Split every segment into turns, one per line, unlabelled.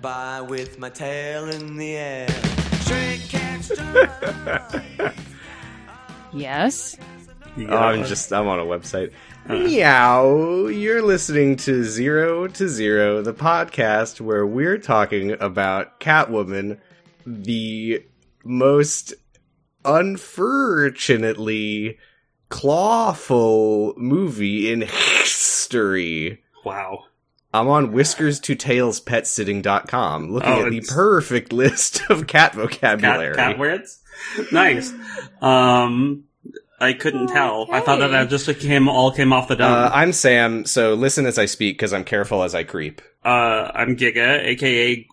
by with my tail in the air. Straight catch to
Yes.
You uh-huh.
Oh,
got
I'm
one.
just I'm on a website. Meow. You're listening to Zero to Zero, the podcast where we're talking about Catwoman, the most unfortunately clawful movie in history.
wow.
I'm on whiskers to tails petsitting.com looking
Oh,
at the
it's-
perfect list of cat vocabulary.
Cat, cat words. nice. Um, I couldn't tell. I thought that that just came all came off the
uh,
dome.
I'm Sam, so listen as I speak because I'm careful as I creep.
Uh, I'm Giga, aka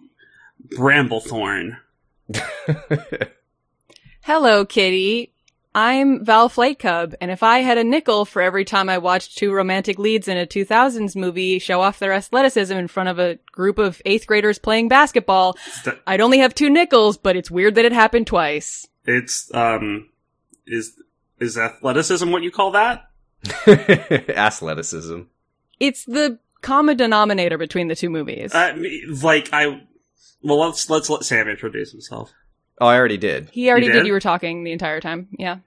Bramblethorn.
Hello, kitty. I'm Val Cub, and if I had a nickel for every time I watched two romantic leads in a 2000s movie show off their athleticism in front of a group of eighth graders playing basketball,
St-
I'd only have two nickels, but it's weird that it happened twice.
It's um, is is athleticism what you call that?
Athleticism.
It's the common denominator between the two movies.
Uh, me- like I. Well, let's let's let Sam introduce himself.
Oh, I already did.
he already
you
did.
did?
You were talking the entire time. Yeah.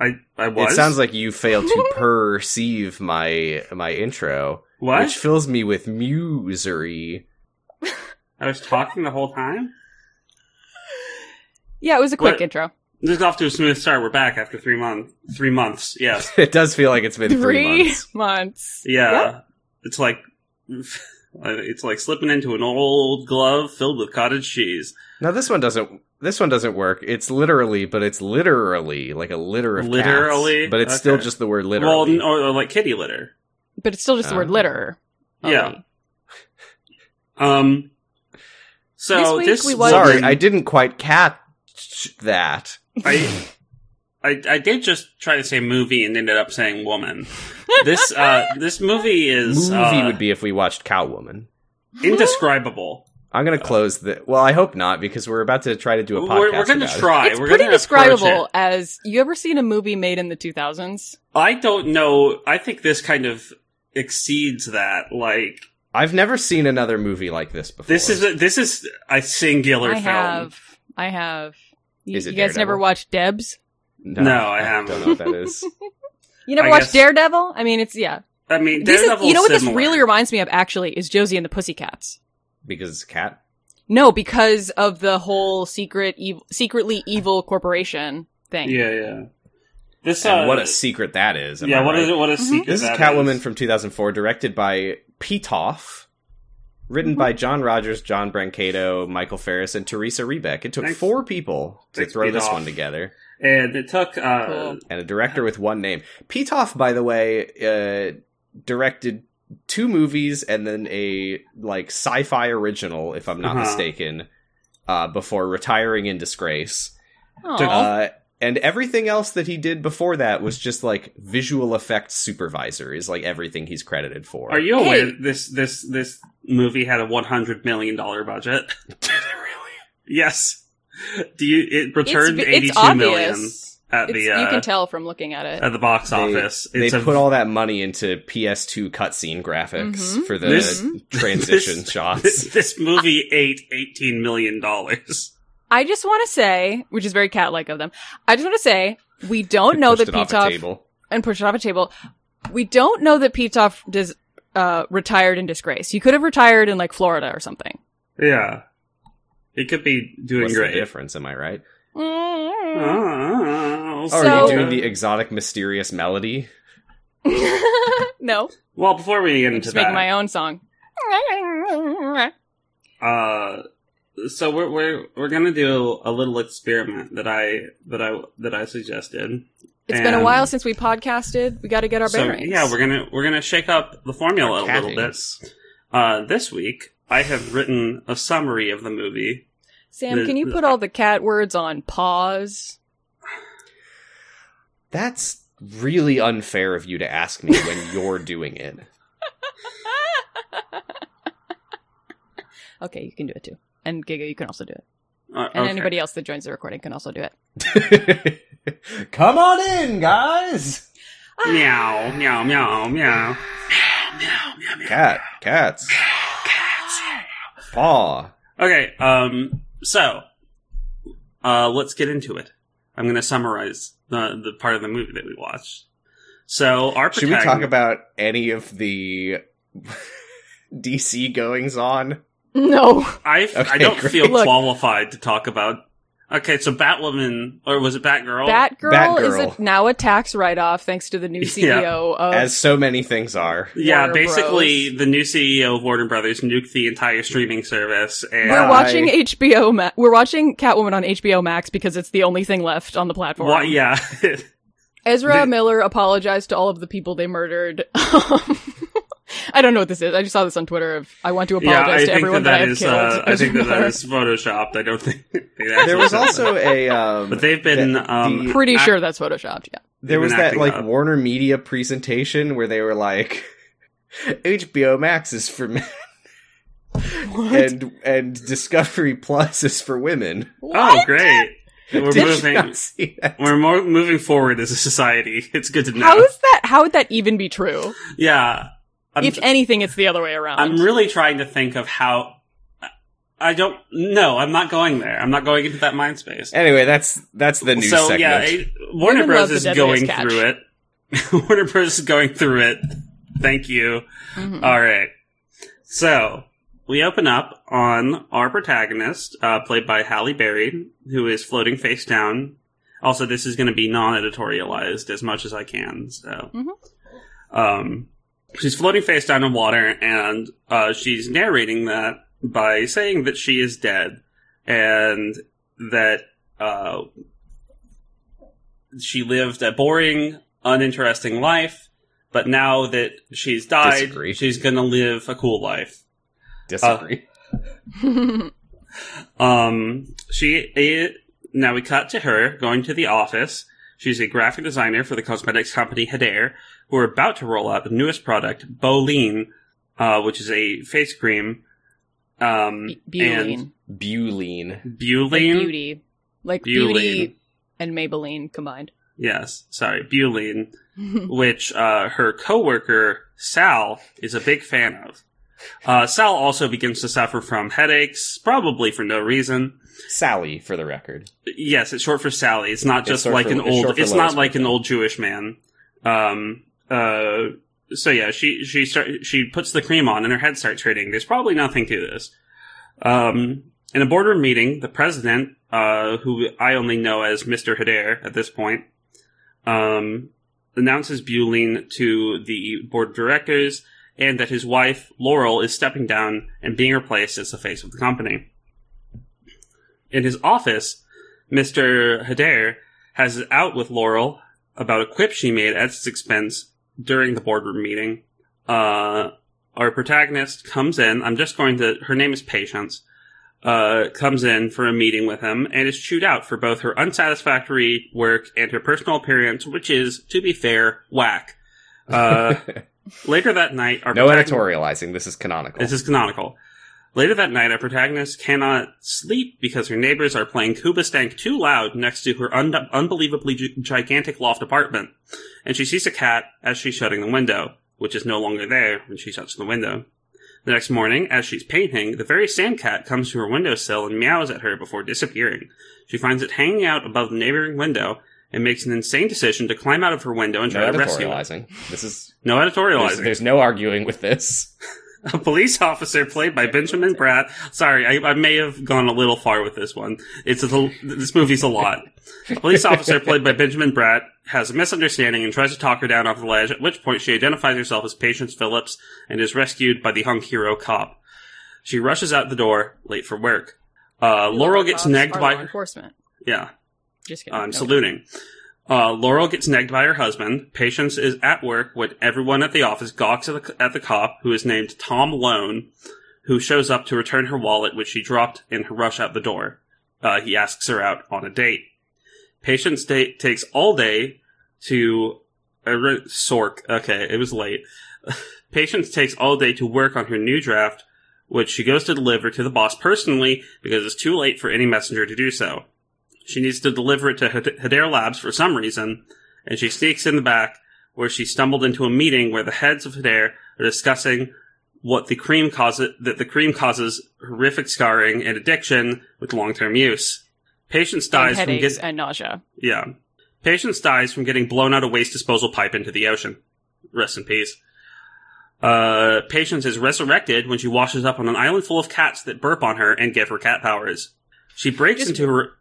I I was.
It sounds like you failed to perceive my my intro,
what
which fills me with musery.
I was talking the whole time.
Yeah, it was a quick
What-
intro.
This is off to a smooth start. We're back after three months. Three months. Yes.
It does feel like it's been three, months.
months.
Yeah.
Yeah.
It's like it's like slipping into an old glove filled with cottage cheese.
Now this one doesn't. This one doesn't work. It's literally, but it's literally like a litter of cats.
Literally?
but it's still
Okay.
just the word literally.
Well, n- or, or like kitty litter.
But it's still just the
Uh,
word litter.
yeah. Um. So
This
this,
week we was-
Sorry,
then-
I didn't quite catch that.
I, I I did just try to say movie and ended up saying woman. This uh this movie is
Movie
uh,
would be if we watched Cowwoman.
indescribable.
I'm gonna close the. Well, I hope not because we're about to try to do a podcast.
We're, we're going to
about it.
try.
it's
we're
pretty
gonna approach
describable
it.
as you ever seen a movie made in the 2000s?
I don't know. I think this kind of exceeds that. Like
I've never seen another movie like this before.
this is a, this is a singular
I
film.
have. I have. You,
Is it
you guys never
Daredevil?
watched Debs?
No, I haven't.
don't know what that is.
You never
I
watched
guess-
Daredevil? I mean, it's yeah.
I mean,
This is,
Daredevil
you know what this
similar.
really reminds me of actually is Josie and the Pussycats.
because it's a cat.
No, because of the whole secret evil, secretly evil corporation thing.
Yeah, yeah. This uh,
And what a secret that is. am
yeah.
I
What
right?
a
Mm-hmm.
what a secret.
This is
that
Catwoman from 2004, directed by Petoff, written by John Rogers, John Brancato, Michael Ferris, and Teresa Rebeck. It took
Thanks.
four people to
Thanks,
throw this
Petoff.
one together,
and it took. Uh,
Cool.
and a director with one name. Petoff, by the way, uh, directed two movies and then a like sci-fi original, if I'm not
Uh-huh.
mistaken, uh, before retiring in disgrace.
Oh.
Aw.
Uh, and everything else that he did before that was just like visual effects supervisor is like everything he's credited for.
Are you aware
Hey.
this this this movie had a one hundred million dollar budget?
Did it really?
yes. Do you? It returned
it's,
eighty
it's
two
obvious.
million at
It's-
the uh,
you can tell from looking at it.
at the box
They-
office.
They
it's a,
put all that money into PS2 cutscene graphics
Mhm.
for the
Mm-hmm. This-
transition
this-
shots.
this, this movie ate eighteen million dollars.
I just want to say, which is very cat-like of them. I just want to say we don't know
Pushed
that
it off a
Pitoff
table.
and pushed it off a table. We don't know that Pitoff dis, uh, retired in disgrace. He could have retired in like Florida or something.
Yeah, it could be doing
What's
great. Ah,
the difference? Am I right?
Mm-hmm. Oh,
Oh,
So-
are you doing the exotic, mysterious melody?
no,
well before we get
I'm
into
just making
that?
my own song.
uh, so we're we're we're gonna do a little experiment that I that I that I suggested.
It's been a
And
while since we podcasted. We got to get our
So
bearings.
yeah, we're gonna we're gonna shake up the formula a
Our
little bit.
cattings.
Uh, this week I have written a summary of the movie.
Sam, can you put all the cat words on pause?
That's really unfair of you to ask me when you're doing it.
Okay, you can do it too. And Giga, you can also do it.
Uh,
And
okay.
anybody else that joins the recording can also do it.
Come on in, guys.
Meow meow meow meow. Meow meow meow. meow.
Cat, cats, paw,
Okay, um, so uh, let's get into it. I'm going to summarize the the part of the movie that we watched. So our
Should we talk
protagonist-
about any of the DC goings on?
No.
I I
Okay,
don't
great.
feel
Look.
qualified to talk about. Okay, so Batwoman or was it Batgirl?
Batgirl,
Batgirl.
is a, now a tax write off thanks to the new CEO
Yeah.
of.
As so many things are.
yeah,
Warner
basically
Bros.
the new CEO of Warner Brothers nuked the entire streaming service, and
we're
Yeah,
watching
I-
HBO. Ma- we're watching Catwoman on HBO Max because it's the only thing left on the platform.
Why- yeah,
Ezra
The-
Miller apologized to all of the people they murdered. Um, I don't know what this is. I just saw this on Twitter. Of I want to
yeah. I
apologize to
think
everyone
that
that,
that
I've
is
killed.
uh, I
Ezra
think that that
Miller.
is photoshopped. I don't think they
There was also a um,
but they've been
the-
um,
the-
pretty
act-
sure that's photoshopped. Yeah.
there
They've
was
been
that
acting
like
up.
Warner Media presentation where they were like HBO Max is for men and and Discovery Plus is for women.
Oh, great! We're
Did
moving.
you not see that?
We're more moving forward as a society. It's good to know.
How is that? How would that even be true?
yeah. I'm,
if anything, it's the other way around.
I'm really trying to think of how. I don't. No, I'm not going there. I'm not going into that mind space.
Anyway, that's that's the news
so
segment.
yeah, it- Warner
Women love
Bros
the
is
deadliest
going
catch.
through it. Warner Bros is going through it. Thank you.
Mhm.
All right. So we open up on our protagonist, uh, played by Halle Berry, who is floating face down. Also, this is going to be non-editorialized as much as I can. So,
Mm-hmm.
um, she's floating face down in water, and uh, she's narrating that by saying that she is dead and that uh, she lived a boring, uninteresting life. But now that she's died,
Disagree.
she's going to live a cool life.
Disagree.
Mm-hmm.
Um, she eh, now we cut to her going to the office. She's a graphic designer for the cosmetics company Hedare, who are about to roll out the newest product, Bolean, uh, which is a face cream. Um,
Beauty.
Buline.
and Buline.
Like beauty. Like
Buline.
beauty and Maybelline combined.
Yes, sorry, Buline, which uh, her coworker Sal is a big fan of. Uh, Sal also begins to suffer from headaches, probably for no reason.
Sally, for the record.
Yes, it's short for Sally. It's not
It's
just
short
like
for-
an
it's
old.
short
It's,
for
not
Lois
like an old Jewish man. Um. Uh. So yeah, she she start, she puts the cream on and her head starts hurting. There's probably nothing to this. Um. In a boardroom meeting, the president, uh, who I only know as Mr. Hedare at this point, um, announces Buline to the board of directors and that his wife Laurel is stepping down and being replaced as the face of the company. In his office, Mr. Hedare has it out with Laurel about a quip she made at his expense during the boardroom meeting. Uh, our protagonist comes in. I'm just going to. Her name is Patience. Uh, comes in for a meeting with him and is chewed out for both her unsatisfactory work and her personal appearance, which is, to be fair, whack. Uh, later that night, our
no
protagonist-
editorializing. This is canonical.
this is canonical. Later that night, our protagonist cannot sleep because her neighbors are playing Kubastank too loud next to her un- unbelievably gi- gigantic loft apartment, and she sees a cat as she's shutting the window, which is no longer there when she shuts the window. The next morning, as she's painting, the very same cat comes to her windowsill and meows at her before disappearing. She finds it hanging out above the neighboring window and makes an insane decision to climb out of her window and
no
try to rescue it.
editorializing. This is
No
there's,
editorializing.
there's no arguing with this.
A police officer played by Benjamin Bratt. Sorry, I, I may have gone a little far with this one. It's a, little- this movie's a lot. A police officer played by Benjamin Bratt has a misunderstanding and tries to talk her down off the ledge. At which point, she identifies herself as Patience Phillips and is rescued by the hunk hero cop. She rushes out the door late for work. Uh, Laurel gets
Cops
nagged
are
by
law enforcement.
yeah.
Just kidding.
I'm
No.
saluting. Uh, Laurel gets negged by her husband. Patience is at work when everyone at the office gawks at the, at the cop, who is named Tom Lone, who shows up to return her wallet, which she dropped in her rush out the door. Uh, he asks her out on a date. Patience ta- takes all day to I wrote Sork. Okay, it was late. Patience takes all day to work on her new draft, which she goes to deliver to the boss personally because it's too late for any messenger to do so. She needs to deliver it to Had- Hadare Labs for some reason, and she sneaks in the back where she stumbled into a meeting where the heads of Hadare are discussing what the cream causes that the cream causes horrific scarring and addiction with long-term use. Patients
and
dies from
headaches
get-
and nausea.
yeah. Patients dies from getting blown out a waste disposal pipe into the ocean. Rest in peace. Uh, patience is resurrected when she washes up on an island full of cats that burp on her and give her cat powers. She breaks
Just-
into her.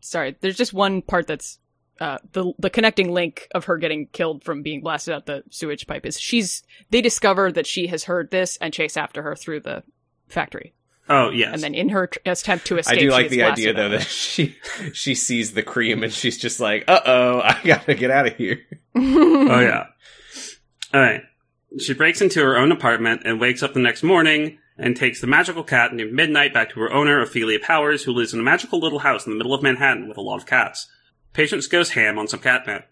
Sorry, there's just one part that's uh, the the connecting link of her getting killed from being blasted out the sewage pipe is she's they discover that she has heard this and chase after her through the factory,
Oh yes,
and then in her tr- attempt to escape,
I do
she
like
gets
the idea
blasted
though
out.
that she she sees the cream and she's just like, "Uh oh, I gotta get out of here."
oh yeah. All right. She breaks into her own apartment and wakes up the next morning and takes the magical cat named Midnight back to her owner, Ophelia Powers, who lives in a magical little house in the middle of Manhattan with a lot of cats. Patience goes ham on some cat pet.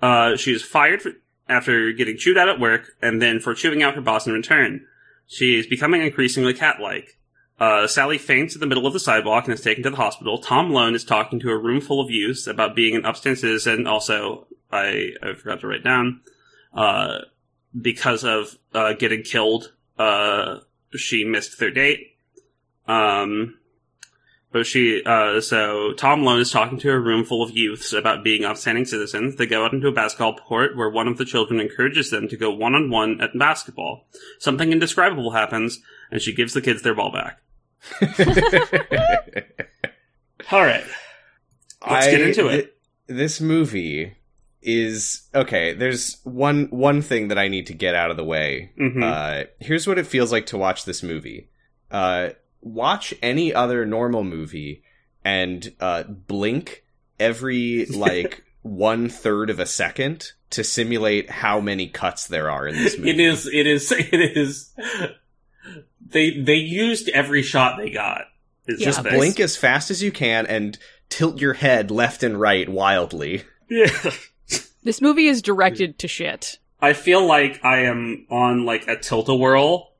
Uh, she is fired for, after getting chewed out at work and then for chewing out her boss in return. She is becoming increasingly cat-like. Uh, Sally faints in the middle of the sidewalk and is taken to the hospital. Tom Lone is talking to a room full of youths about being an upstanding citizen. Also, I, I forgot to write down, uh, because of uh, getting killed, uh, she missed their date. Um, but she, uh, so Tom Lone is talking to a room full of youths about being upstanding citizens. They go out into a basketball court where one of the children encourages them to go one on one at basketball. Something indescribable happens, and she gives the kids their ball back. All right. Let's get into it.
th- this movie is okay. There's one one thing that I need to get out of the way.
Mm-hmm.
Uh, here's what it feels like to watch this movie. Uh, watch any other normal movie and uh, blink every like one third of a second to simulate how many cuts there are in this movie.
It is. It is. It is. They they used every shot they got. It's
Yeah,
just
Just
this-
blink as fast as you can and tilt your head left and right wildly.
Yeah.
This movie is directed to shit.
I feel like I am on like a tilt a whirl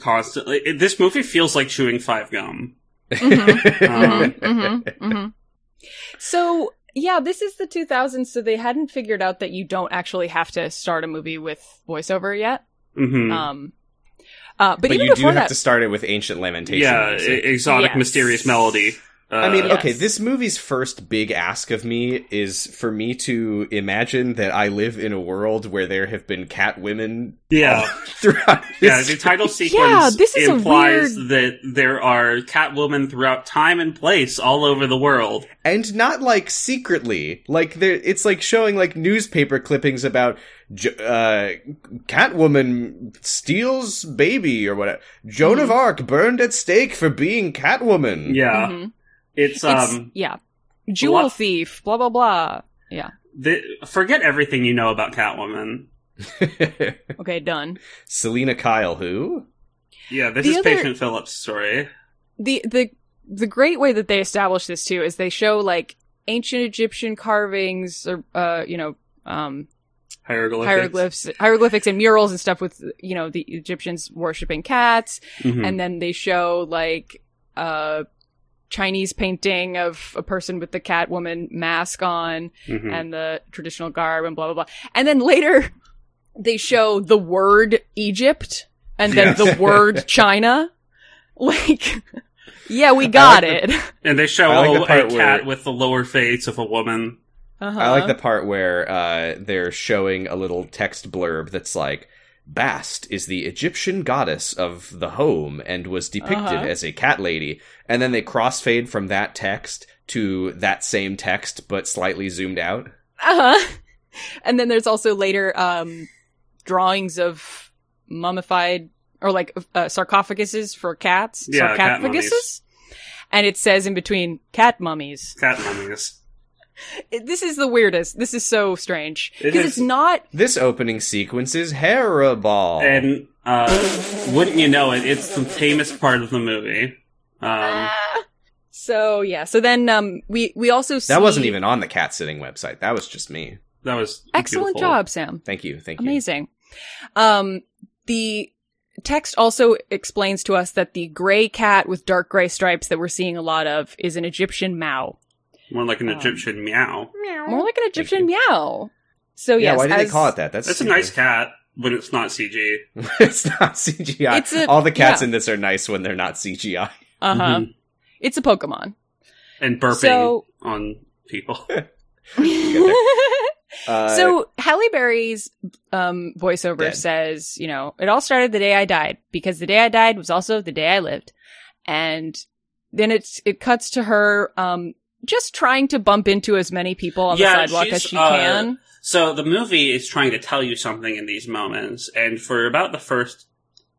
constantly. It- this movie feels like chewing five gum.
Mhm.
Um,
Mhm, mhm, mhm. So yeah, this is the 2000s, so they hadn't figured out that you don't actually have to start a movie with voiceover yet.
mhm.
Um, uh, but,
But,
even
you do
before
have
that,
to start it with ancient lamentation.
yeah, e-
music.
exotic,
Yes.
mysterious melody. Uh,
I mean,
yes.
okay, this movie's first big ask of me is for me to imagine that I live in a world where there have been cat women
yeah,
throughout
yeah. The
history.
title sequence
this is a
implies that there are Catwoman throughout time and place all over the world.
and not like secretly. Like there it's like showing like newspaper clippings about J- uh Catwoman steals baby or whatever. Joan of
Hmm.
Mhm.
Arc burned at stake for being Catwoman.
Yeah,
Mhm.
it's
It's-
um.
yeah, jewel
lot-
thief, blah blah blah.
The, forget everything you know about Catwoman.
Okay, done.
Selena Kyle who?
Yeah, this
The
is
other-
Patient Phillips' story.
the the The great way that they establish this too is they show like ancient Egyptian carvings or uh, you know um,
Hieroglyphics.
hieroglyphs hieroglyphics and murals and stuff with you know the Egyptians worshiping cats
Mhm.
and then they show like a Chinese painting of a person with the Catwoman mask on
Mhm.
and the traditional garb and blah blah blah and then later they show the word Egypt and then
Yes.
the word China like yeah we got
like
it
And they show
I like
a-
the part
a
where-
cat with the lower face of a woman.
uh-huh.
I like the part where uh, they're showing a little text blurb that's like, Bast is the Egyptian goddess of the home and was depicted
Uh-huh.
as a cat lady. And then they crossfade from that text to that same text, but slightly zoomed out.
Uh-huh. And then there's also later um, drawings of mummified or like uh, sarcophaguses for cats.
Yeah,
sarcophaguses.
cat mummies.
and it says in between cat mummies.
Cat mummies.
It- This is the weirdest. This is so strange
It
because
is.
it's not.
This opening sequence is horrible.
And uh, wouldn't you know it, it's the tamest part of the movie. Um,
Ah. So yeah. So then um, we we also see
that wasn't even on the cat sitting website. That was just me.
that was
excellent
beautiful.
job, Sam.
Thank you. Thank you.
Amazing. Um, the text also explains to us that the gray cat with dark gray stripes that we're seeing a lot of is an Egyptian Mao.
More like an
Um,
Egyptian meow.
More like an Egyptian meow. So
yeah,
Oh, yes,
why do
as,
they call it that? That's
That's a
stupid.
nice cat. when it's not CG.
it's not CGI.
It's a-
All the cats
yeah.
in this are nice when they're not CGI.
Uh huh.
Mm-hmm.
Mhm.
It's a Pokemon.
And burping
So-
on people.
Uh,
so Halle Berry's um, voiceover
Dead.
says, you know, it all started the day I died because the day I died was also the day I lived, and then it's it cuts to her um, just trying to bump into as many people on
Yeah,
the sidewalk as
she's,
she
uh,
can.
So the movie is trying to tell you something in these moments, and for about the first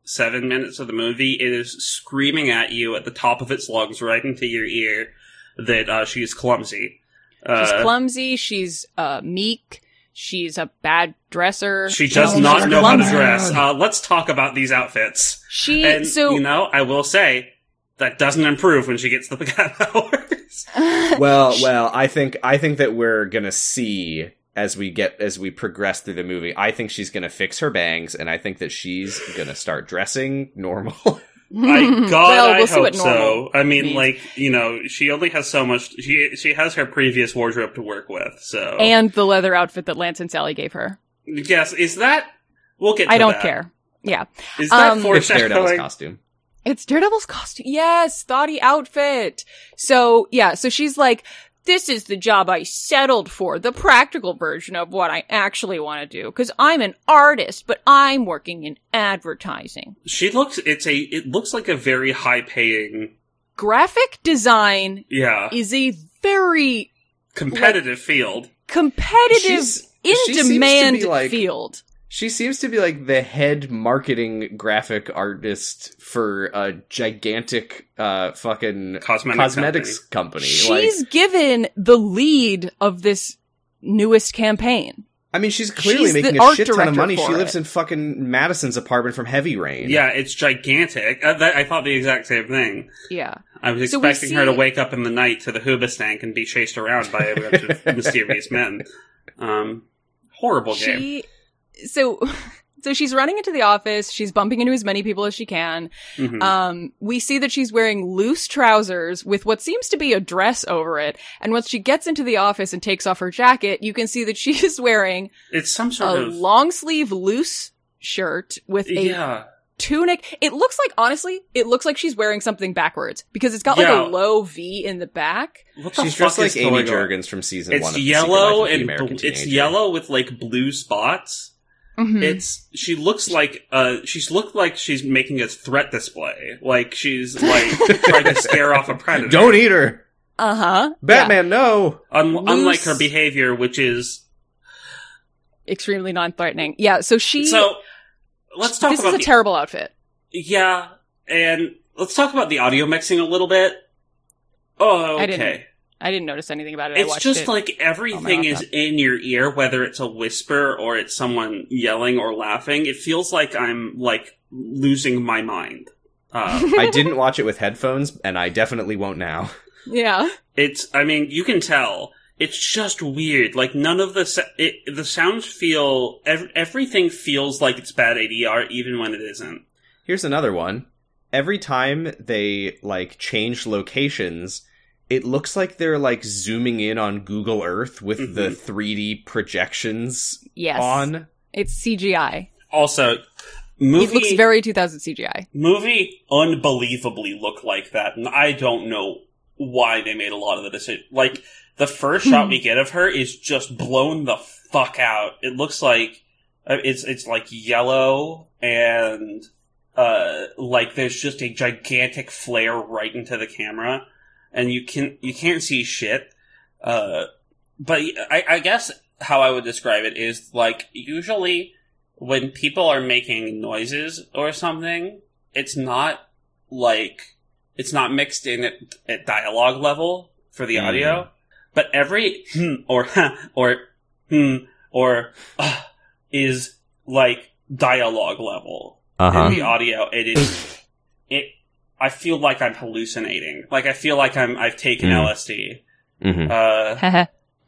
seven minutes of the movie, it is screaming at you at the top of its lungs, right into your ear, that uh, she's clumsy.
She's
Uh,
clumsy. She's uh, meek. She's a bad dresser.
she does
She's
not know how to
clumsy.
dress. Uh, let's talk about these outfits.
She
And
so
you know, I will say that doesn't improve when she gets the cat powers.
well, well, I think I think that we're gonna see as we get as we progress through the movie. I think she's gonna fix her bangs, and I think that she's gonna start dressing normal.
My God,
well, we'll
I
see
hope
what normal
so. I mean,
means.
like you know, she only has so much. She she has her previous wardrobe to work with. So
and the leather outfit that Lance and Sally gave her.
yes, is that we'll get. To
I don't
that.
care. Yeah.
Is that
Um,
it's Daredevil's
foreshadowing?
costume.
It's Daredevil's costume. Yes, thoughty outfit. So yeah, so she's like, this is the job I settled for, the practical version of what I actually want to do, because I'm an artist, but I'm working in advertising.
She looks. It's a. It looks like a very high paying.
Graphic design
Yeah,
is a very
competitive field.
competitive,
She's- she
in
seems to be
demand
like-
field.
She seems to be like the head marketing graphic artist for a gigantic uh fucking
Cosmetic
cosmetics company.
She's
like,
given the lead of this newest campaign.
I mean, she's clearly
she's the
making a
art
shit ton of
director
money.
for
She lives
it.
in fucking Madison's apartment from Heavy Rain.
Yeah, it's gigantic. Uh, that, I thought the exact same thing.
Yeah.
I was
So we
expecting her to
see-
wake up in the night to the Hoobastank and be chased around by a bunch of mysterious men. Um, horrible game.
She so so she's running into the office. She's bumping into as many people as she can.
Mhm.
Um, we see that she's wearing loose trousers with what seems to be a dress over it. And once she gets into the office and takes off her jacket, you can see that she is wearing
It's some sort
a
of
long sleeve loose shirt with a
yeah,
tunic. It looks like honestly, it looks like she's wearing something backwards because it's got
Yeah.
like a low V in the back.
what the
She's
fuck
dressed like
is
Amy
going on?
Jurgens from season one.
It's
of The Secret
yellow
Life of the
and
American
bl- it's
Teenager.
yellow with like blue spots.
Mhm.
It's she looks like uh she's looked like she's making a threat display. Like she's like trying to scare off a predator.
Don't eat her,
uh-huh. Yeah.
Batman. No.
Un-
Loose.
unlike her behavior, which is
Extremely non-threatening. Yeah, so she
so. Let's talk
This
about
is a
the-
terrible outfit.
yeah, and let's talk about the audio mixing a little bit. Oh,
I didn't-
okay.
I didn't notice anything about it. I
It's
watched
just
it.
like everything is
laptop.
in your ear, whether it's a whisper or it's someone yelling or laughing. It feels like I'm like losing my mind. Uh,
I didn't watch it with headphones, and I definitely won't now.
yeah.
it's, I mean, you can tell. It's just weird. Like none of the sa- it, the sounds feel ev- everything feels like it's bad ADR, even when it isn't.
Here's another one. Every time they like change locations, it looks like they're like zooming in on Google Earth with the 3D projections
Yes.
on.
It's CGI.
Also,
It
movie
looks very 2000 CGI.
movie unbelievably look like that, and I don't know why they made a lot of the decision. Like the first shot we get of her is just blown the fuck out. It looks like uh, it's it's like yellow and uh like there's just a gigantic flare right into the camera, and you can you can't see shit. Uh, but I, I guess how I would describe it is like usually when people are making noises or something, it's not like it's not mixed in at, at dialogue level for the
Mm.
audio, but every hmm or huh or hmm or uh, is like dialogue level
Uh-huh.
in the audio. It is it. I feel like I'm hallucinating. Like I feel like I'm I've taken
Mm.
LSD.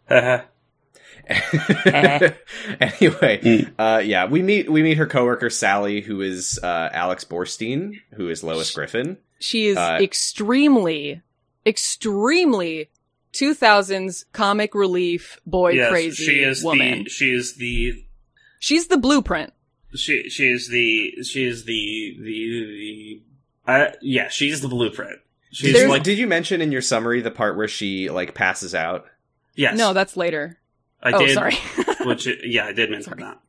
Uh,
Mm-hmm. anyway,
Mm.
uh, yeah, we meet we meet her coworker Sally, who is uh, Alex Borstein, who is Lois Griffin.
she is
Uh,
extremely, extremely 2000s comic relief boy
yes,
crazy
she is
woman.
the she is the
She's the blueprint.
she she is the she is the the the uh, yeah she's the blueprint. She's
Did you,
like
did you mention in your summary the part where she like passes out?
yes.
No, that's later.
I
oh,
did.
sorry.
Which yeah, I did mention
Sorry.
that.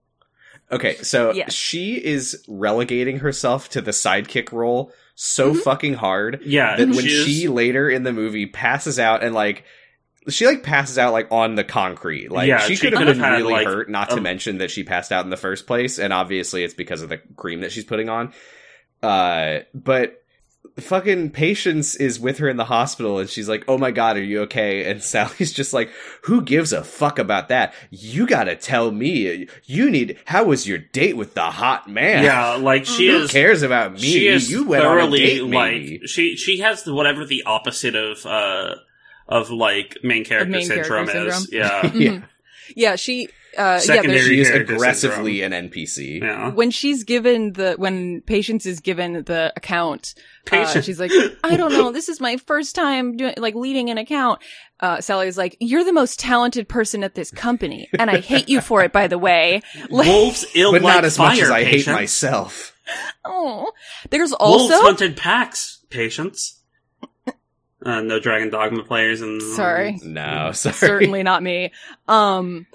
Okay, so
Yes.
she is relegating herself to the sidekick role so
Mhm.
fucking hard
Yeah,
that when
she's-
she later in the movie passes out and like she like passes out like on the concrete. Like
Yeah,
she,
she
could have
could've
been
had,
really
like, um,
hurt, not to
a-
mention that she passed out in the first place, and obviously it's because of the cream that she's putting on. Uh but fucking patience is with her in the hospital and she's like, Oh my god, are you okay? And Sally's just like, Who gives a fuck about that? You gotta tell me. You need how was your date with the hot man?
yeah, like she
Who
is
cares about me?
she is
you went on a
thoroughly
date,
like
maybe.
she she has the, whatever the opposite of uh of like main character
main character
syndrome is. Yeah.
Yeah.
Mhm. Yeah, she. Uh, yeah,
Secondary
there's
she is
character
aggressively an NPC.
Yeah.
when she's given the when patience is given the account uh,
Patience.
she's like i don't know this is my first time doing like leading an account uh, sally's like you're the most talented person at this company and i hate you for it by the way like,
Wolves ill
But
like
not as
fire,
much as I
patience.
hate myself.
oh. there's
Wolves
also
hunted packs, patience. Uh, no Dragon Dogma players and
Sorry.
No, sorry.
certainly not me um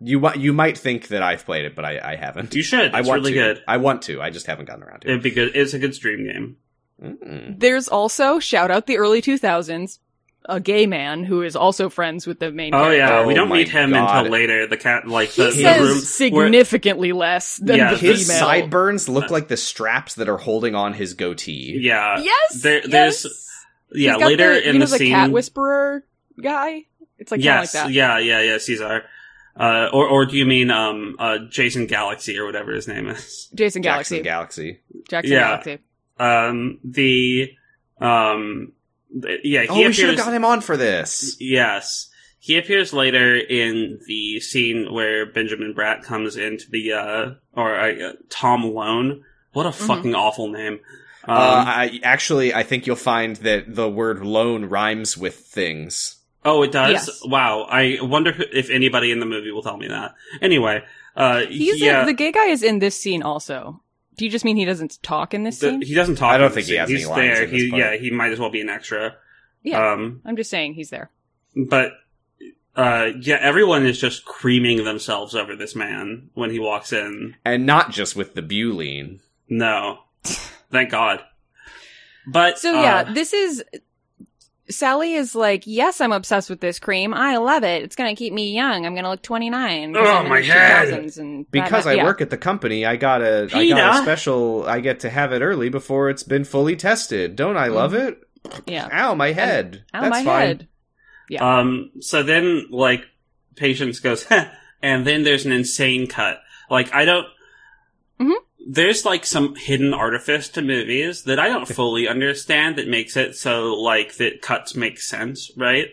You mi- you might think that I've played it, but I, I haven't.
You should. It's
I want
really
to.
good.
I want to. I just haven't gotten around to it.
It'd be good. It's a good stream game.
Mm.
there's also shout out the early 2000s a gay man who is also friends with the main
Oh
character.
yeah,
Oh
we don't
my
meet him
God.
until later. The cat, like
he
the, the
says
room where-
significantly less than
Yeah,
the
His
female.
sideburns look like the straps that are holding on his goatee.
yeah,
yes,
There- there's-
yes.
yeah.
He's got
Later
the,
in
you know,
the scene,
cat whisperer guy. It's like
yes,
kind of like that.
yeah, yeah, yeah. Caesar, uh, or or do you mean um uh Jason Galaxy or whatever his name is?
Jason
Jackson
Galaxy.
Galaxy.
Jackson
Yeah.
Galaxy.
Um, the um, th- yeah, he
Oh, we should have
appears.
got him on for this.
Yes, he appears later in the scene where Benjamin Bratt comes into the uh or uh, Tom Lone. What a
Mhm.
fucking awful name. Um,
uh, I actually I think you'll find that the word "loan" rhymes with things.
Oh, it does.
Yes.
Wow. I wonder who, if anybody in the movie will tell me that. Anyway, uh,
He's
yeah,
in, the gay guy is in this scene also. Do you just mean he doesn't talk in this
the-
scene?
he doesn't talk.
I don't
in the
think he
scene.
has
He's
any lines
there.
in this
he,
part.
yeah, he might as well be an extra.
Yeah.
Um,
I'm just saying he's there.
but uh, yeah, everyone is just creaming themselves over this man when he walks in.
and not just with the butylene.
No, thank God. But
So yeah,
uh,
this is Sally is like, yes, I'm obsessed with this cream. I love it. It's gonna keep me young. I'm gonna look 29. 'cause
Oh,
I'm in
my
the
head.
2000s and blah,
Because
blah.
I
Yeah.
work at the company, I got a I got a
Peter?
special. I get to have it early before it's been fully tested. Don't I love it?
Yeah.
Ow, my head.
Mm. Ow, my
That's fine.
head.
Um, so then, like, Patience goes, "Huh," and then there's an insane cut. Like, I don't.
Mhm.
There's like some hidden artifice to movies that I don't fully understand that makes it so like that cuts make sense, right?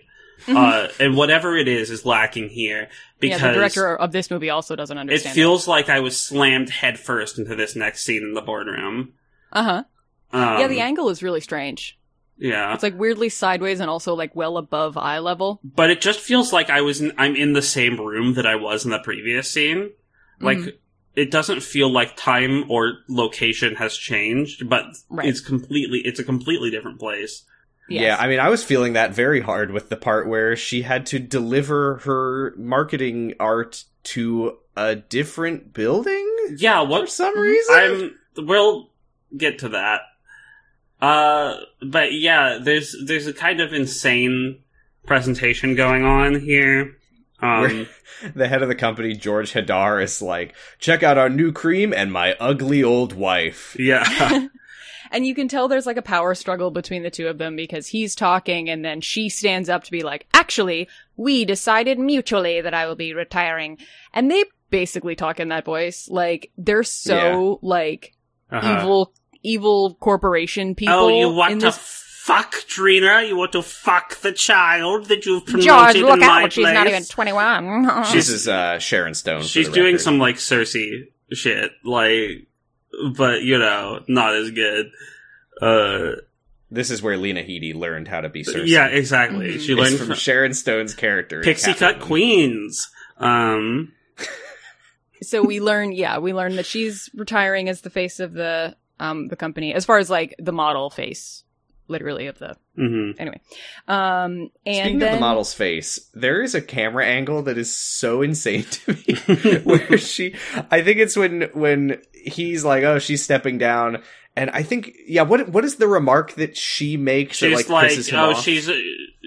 Uh, and whatever it is is lacking here because
Mm-hmm. yeah, the director of this movie also doesn't
it
understand.
feels like I was slammed headfirst into this next scene in the boardroom.
Uh huh.
Um,
yeah, the angle is really strange.
Yeah,
It's like weirdly sideways and also like well above eye level.
but it just feels like I was in, I'm in the same room that I was in the previous scene. Like
Mm-hmm.
Mhm.
it doesn't feel like time or location has changed, but
Right.
it's completely it's a completely different place.
Yes.
Yeah, I mean, I was feeling that very hard with the part where she had to deliver her marketing art to a different building
Yeah,
for
what
some reason.
Mm-hmm. I'm we'll get to that. Uh but yeah, there's there's a kind of insane presentation going on here. Um
the head of the company, George Hadar, is like, check out our new cream and my ugly old wife.
yeah.
and you can tell there's like a power struggle between the two of them because he's talking and then she stands up to be like, actually, we decided mutually that I will be retiring. And they basically talk in that voice. Like they're so like
Uh-huh.
evil, evil corporation people.
Oh, you
in
want to
this-
fuck Trina? You want to fuck the child that you've promoted
George,
in
look
my
out.
place?
She's not even 21.
This is uh, Sharon Stone. for
She's
the
doing
record.
some like Cersei shit, like, but you know, not as good. Uh,
This is where Lena Headey learned how to be Cersei.
yeah, exactly.
Mhm.
She
It's
learned
from,
from,
Sharon Stone's character, in
Pixie Cut
Catwoman.
Queens. Um,
so we learn, yeah, we learn that she's retiring as the face of the um the company, as far as like the model face, literally of the
hmm
anyway. Um, and
Speaking
then,
of the model's face, there is a camera angle that is so insane to me. where she, I think it's when when he's like, "Oh, she's stepping down," and I think, yeah, what what is the remark that she makes that like,
She's like,
pisses him
oh,
off?
she's uh,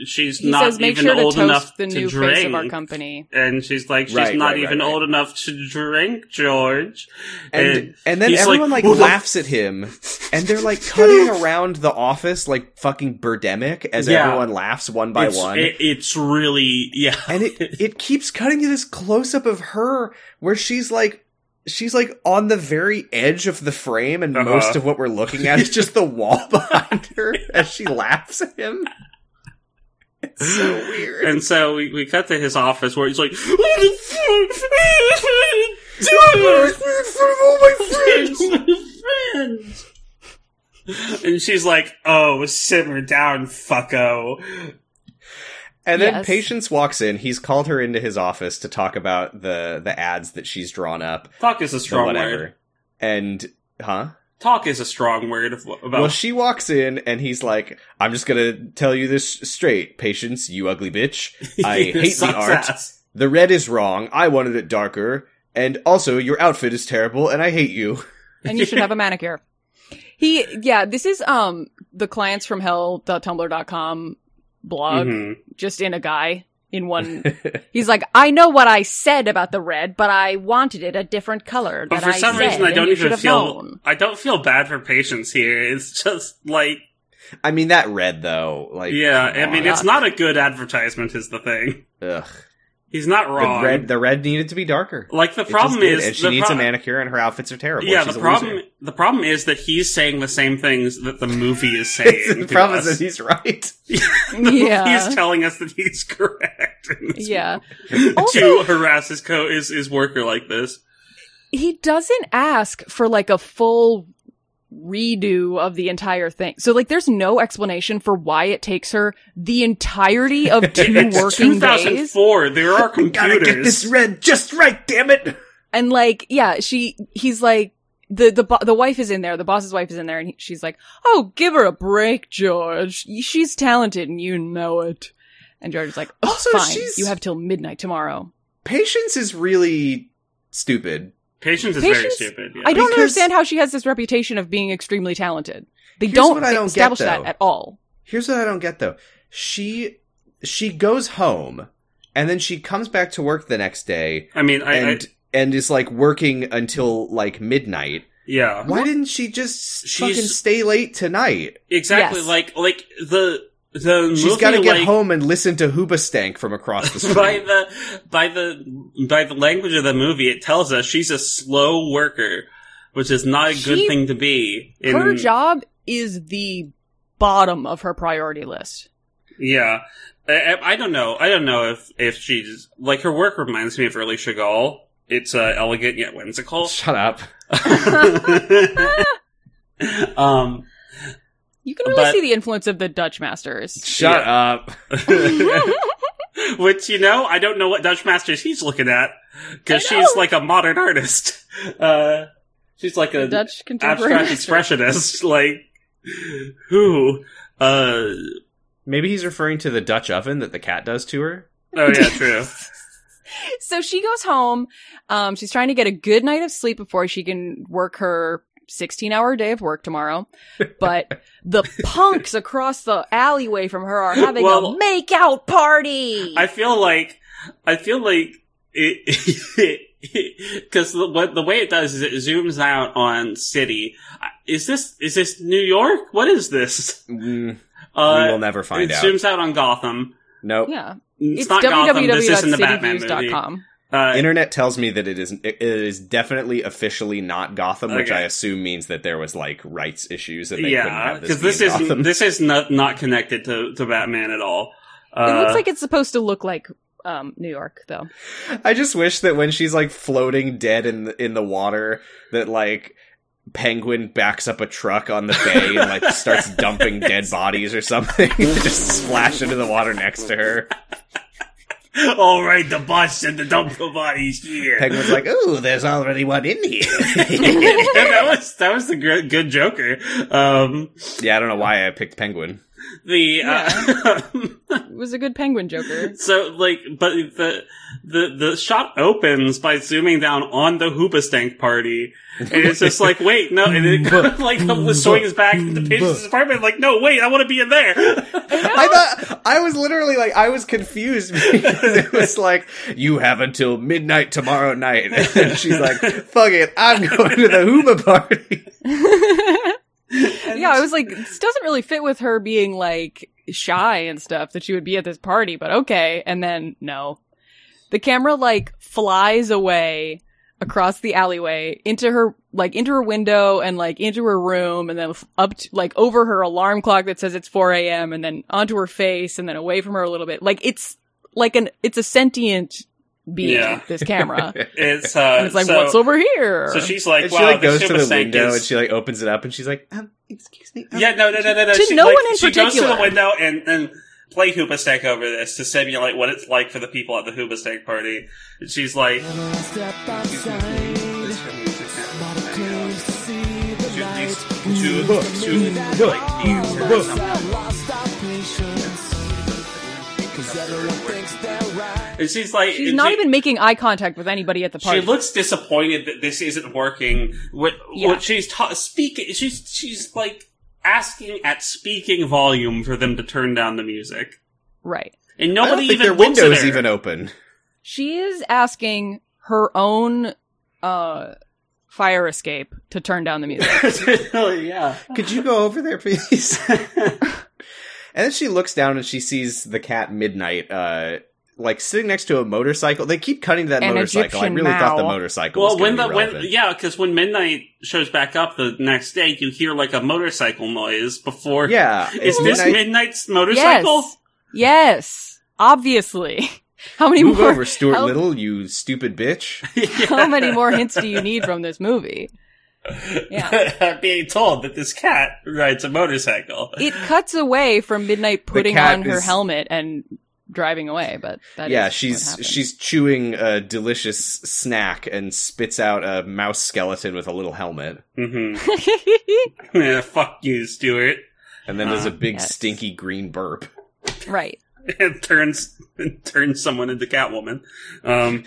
she's
he
not
says, "Make
even
sure to
old
toast
enough
the
to
new
drink.
face of our company."
And she's like, she's
Right,
not
right,
even
right, right.
old enough to drink, George.
and and then
he's
everyone like,
"Well, the-
laughs at him, and they're like cutting around the office like fucking birdemic as
Yeah.
everyone laughs one by
it's,
one.
it- it's really yeah.
and it it keeps cutting to this close up of her where she's like she's like on the very edge of the frame and
Uh-huh.
most of what we're looking at is just the wall behind her as she laughs at him it's so weird
And so we, we cut to his office where he's like, "What the fuck am I doing?" friends. And she's like, "Oh, simmer down, fucko."
and then
Yes.
patience walks in he's called her into his office to talk about the the ads that she's drawn up
Talk is a
or
strong word.
whatever and huh
Talk is a strong word of, about.
Well, she walks in and he's like, "I'm just gonna tell you this straight, patience, you ugly bitch. I hate the
Sucks
art.
ass.
The red is wrong. I wanted it darker, and also your outfit is terrible, and I hate you."
and you should have a manicure. He, yeah, this is um the clients from hell.tumblr.com blog,
Mm-hmm.
Mhm.
just in a guy in one. He's like, I know what I said about the red, but I wanted it a different color.
But
that
for some
said,
reason, I
and
don't
you should
even
have
feel.
known."
I don't feel bad for patience here. It's just like,
I mean, that red though, like,
yeah.
come
I mean,
on.
it's not a good advertisement. Is the thing.
Ugh.
He's not
the
wrong.
red. The red needed to be darker.
like the
It just
problem
did,
is,
and she
the
needs
pro-
a manicure, and her outfits are terrible.
Yeah,
She's
the
a loser.
problem. The problem is that he's saying the same things that the movie is saying.
the
to
problem
us.
is that he's right.
The movie
Yeah.
is telling us that he's correct. in this
Yeah.
movie.
Also-
to harass his co his, his worker like this.
He doesn't ask for like a full redo of the entire thing. So like there's no explanation for why it takes her the entirety of two
It's
working days.
2004. There are
Gotta
computers.
get this red just right. Damn it.
and like yeah she he's like the the bo- the wife is in there the boss's wife is in there and he, she's like oh give her a break george she's talented and you know it and george is like oh,
Also,
fine
she's-
you have till midnight tomorrow
Patience is really stupid.
Patience is very
Patience-
stupid. Yeah.
i don't
Because-
understand how she has this reputation of being extremely talented they
Here's
don't,
what I don't get,
establish
though.
that at all
Here's what I don't get though. She she goes home and then she comes back to work the next day
I mean, I,
and
I
and is like working until like midnight.
yeah,
Why didn't she just
She's-
fucking stay late tonight?
exactly.
Yes.
Like like the the
She's
movie,
got to get
like,
home and listen to Hoobastank from across the
By
street.
the by the by the language of the movie, it tells us she's a slow worker, which is not a good
She-
thing to be. In,
her job is the bottom of her priority list
Yeah. I, I- I don't know. I don't know if, if she's like her work reminds me of early Chagall. It's uh, elegant yet whimsical.
Shut up.
um,
you can really
But-
see the influence of the dutch masters
Shut up.
which you know, I don't know what Dutch masters he's looking at because
I know.
she's like a modern artist. Uh, she's like
the
a
dutch contemporary
abstract
masters.
expressionist. Like who? Uh,
Maybe he's referring to the Dutch oven that the cat does to her.
oh yeah, true.
so she goes home. Um, she's trying to get a good night of sleep before she can work her 16 hour day of work tomorrow. But the punks across the alleyway from her are having
Well-
a makeout party.
I feel like I feel like it because the, what the way it does is it zooms out on city. Uh, Is this is this New York? What is this?
Mm, we will
Uh,
never find
it
out.
zooms out on Gotham.
nope.
yeah.
It's,
It's,
not Gotham. This isn't the Batman movie.
www.cityviews.com.
Uh,
Internet tells me that it is it is definitely officially not Gotham, which
Okay.
I assume means that there was like rights issues and they couldn't
yeah,
have
because
this. be
this
in
is
Gotham.
this is not not connected to, to Batman at all. Uh,
it looks like it's supposed to look like um, New York, though.
I just wish that when she's like floating dead in the, in the water, that like Penguin backs up a truck on the bay and like starts dumping dead bodies or something, just splash into the water next to her.
All right, the boss said to don't put bodies here.
Penguin's like, ooh, there's already one in here.
that was that was the good, good Joker. Um,
yeah, I don't know why I picked Penguin.
the uh,
It was a good penguin joker.
So like, but the the the shot opens by zooming down on the Hoobastank party, and it's just like, wait, no, and it like swings back into Paige's apartment, like, no, wait, I want to be in there.
I thought I was literally like I was confused because it was like you have until midnight tomorrow night, and she's like, "Fuck it, I'm going to the Hooba party."
yeah, I was like, this doesn't really fit with her being like shy and stuff that she would be at this party, but okay. And then no. The camera like flies away across the alleyway into her like into her window and like into her room and then f- up to, like over her alarm clock that says it's 4 a.m. and then onto her face and then away from her a little bit. Like it's like an it's a sentient being,
Yeah.
this camera.
It's uh,
and it's like,
so,
what's over here?
So she's like,
And
wow,
she like
this
goes to the
Hoobastank
window
is-
and she like opens it up and she's like, um, "Excuse me." um,
yeah, no, no, no, no, no.
To
she,
no
like,
one in
she goes to
particular.
the window and and play Hoobastank over this to simulate what it's like for the people at the Hoobastank party. And she's like.
Step outside, but I couldn't see the light. I lost our patience. Cause everyone thinks they're right.
And she's like,
She's
and
not
she-
even making eye contact with anybody at the
She
party.
looks disappointed that this isn't working. What,
Yeah.
what she's ta- speaking, she's she's like asking at speaking volume for them to turn down the music,
right.
and
I
nobody
don't think
even
their
looks
window is
at her.
even open.
She is asking her own uh fire escape to turn down the music.
yeah,
Could you go over there, please? and then she looks down and she sees the cat Midnight, uh, like sitting next to a motorcycle. They keep cutting to that
An
motorcycle. I
Egyptian
really thought the
Mao.
motorcycle.
well,
was when
when the
be
when
relevant.
yeah, because when midnight shows back up the next day, you hear like a motorcycle noise before.
yeah,
is
it's
this midnight's motorcycle?
yes. Yes. Obviously. How many
Move
more
over, Stuart
how-
Little, you stupid bitch.
how many more hints do you need from this movie? Yeah.
Being told that this cat rides a motorcycle.
It cuts away from Midnight putting
cat
on her
is-
helmet and driving away, but that
yeah,
is what
she's
happened.
she's chewing a delicious snack and spits out a mouse skeleton with a little helmet.
hmm yeah, fuck you, Stuart.
And then there's a big
Ah, Yes.
stinky green burp.
right.
and turns and turns someone into Catwoman. Um,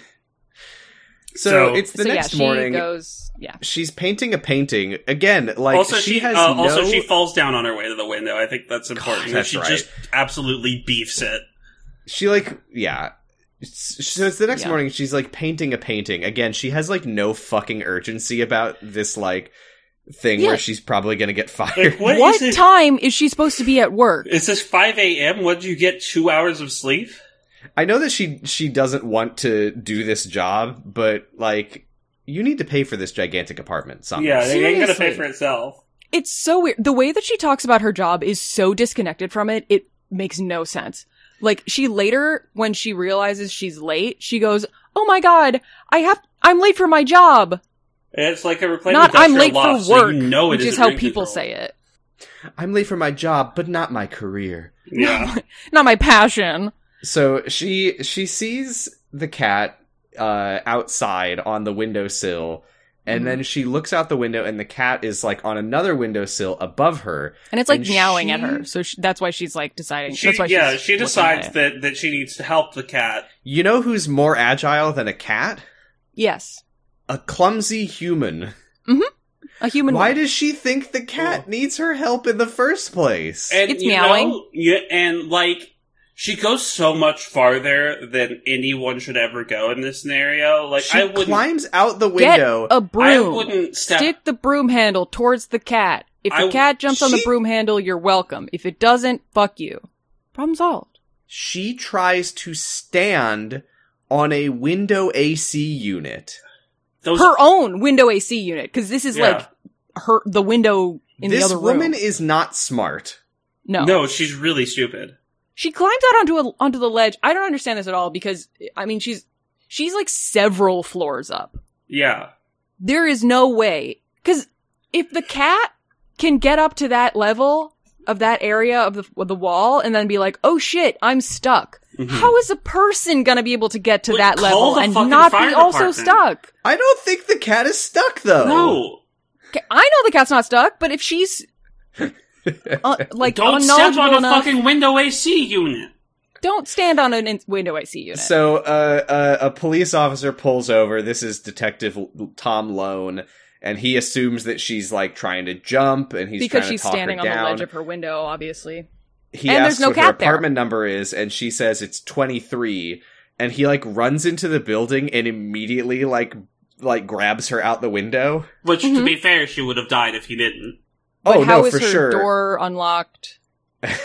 So,
So-
it's the
so
next
yeah, she
morning.
goes yeah.
She's painting a painting again. Like
also,
she,
she,
has
uh,
no.
also she falls down on her way to the window. I think that's important.
that's
she
right.
just absolutely beefs it.
she like yeah S- so it's the next
Yeah.
morning she's like painting a painting again she has like no fucking urgency about this like thing
Yeah.
where she's probably gonna get
Like,
fired
what,
what
is it?
time is she supposed to be at work?
Is this five a.m.? What did you get? Two hours of sleep?
i know that she she doesn't want to do this job but like you need to pay for this gigantic apartment Sonia.
Yeah, they ain't gonna pay
Seriously.
for itself.
It's so weird. The way that she talks about her job is so disconnected from it. It makes no sense. Like she later, when she realizes she's late, she goes, "Oh my god, I have, I'm late for my job."
It's like a reclaimed
Not, "I'm
industrial
late
loft,
for
so
work,"
you know it
which is
isn't
how
rent
people
control.
say it.
i'm late for my job but not my career
Yeah,
Not my passion.
so she she sees the cat uh outside on the windowsill and
Mhm.
then she looks out the window and the cat is like on another windowsill above her
And it's like
And
meowing at
she-
her, so she, that's why she's like deciding.
she,
that's why
yeah,
she's
she
looking
decides
away.
that that she needs to help the cat.
You know who's more agile than a cat?
yes,
A clumsy human.
a human.
Why
would.
does she think the cat needs her help in the first place?
And,
It's
you
meowing.
Know, yeah, and like she goes so much farther than anyone should ever go in this scenario. Like
she
I wouldn't,
climbs out the
get
window.
a
I
broom?
wouldn't step.
Stick the broom handle towards the cat. If
I-
the cat jumps on the
she-
broom handle, you're welcome. If it doesn't, fuck you. Problem solved.
she tries to stand on a window AC unit.
those,
Her own window AC unit, because this is
Yeah.
like her the window in
this
the other
woman
room.
is not smart.
No.
no, she's really stupid.
she climbs out onto a, onto the ledge. I don't understand this at all because I mean she's she's like several floors up.
Yeah,
There is no way because if the cat can get up to that level, of that area of the, of the wall and then be like, oh shit, I'm stuck. How is a person gonna be able to get to
Like,
that
Mm-hmm. call
level
the
and
fucking
not be
fire
also
department.
stuck?
I don't think the cat is stuck though.
No.
Oh, Ca- I know the cat's not stuck, but if she's uh, like
Don't step
unknowledgeable
on a
enough,
fucking window AC unit.
don't stand on an in- window I see unit.
So uh, uh, a police officer pulls over. This is Detective L- Tom Lone, and he assumes that she's like trying to jump, and he's
because
trying to
she's
talk her
standing on
down.
the ledge of her window, obviously.
He
And there's
asks
no
what her
cat there.
apartment number is, and she says it's twenty three. And he like runs into the building and immediately like like grabs her out the window.
Which, to
Mhm.
be fair, she would have died if he didn't.
But
oh
how
no,
is
for
her
sure.
door unlocked?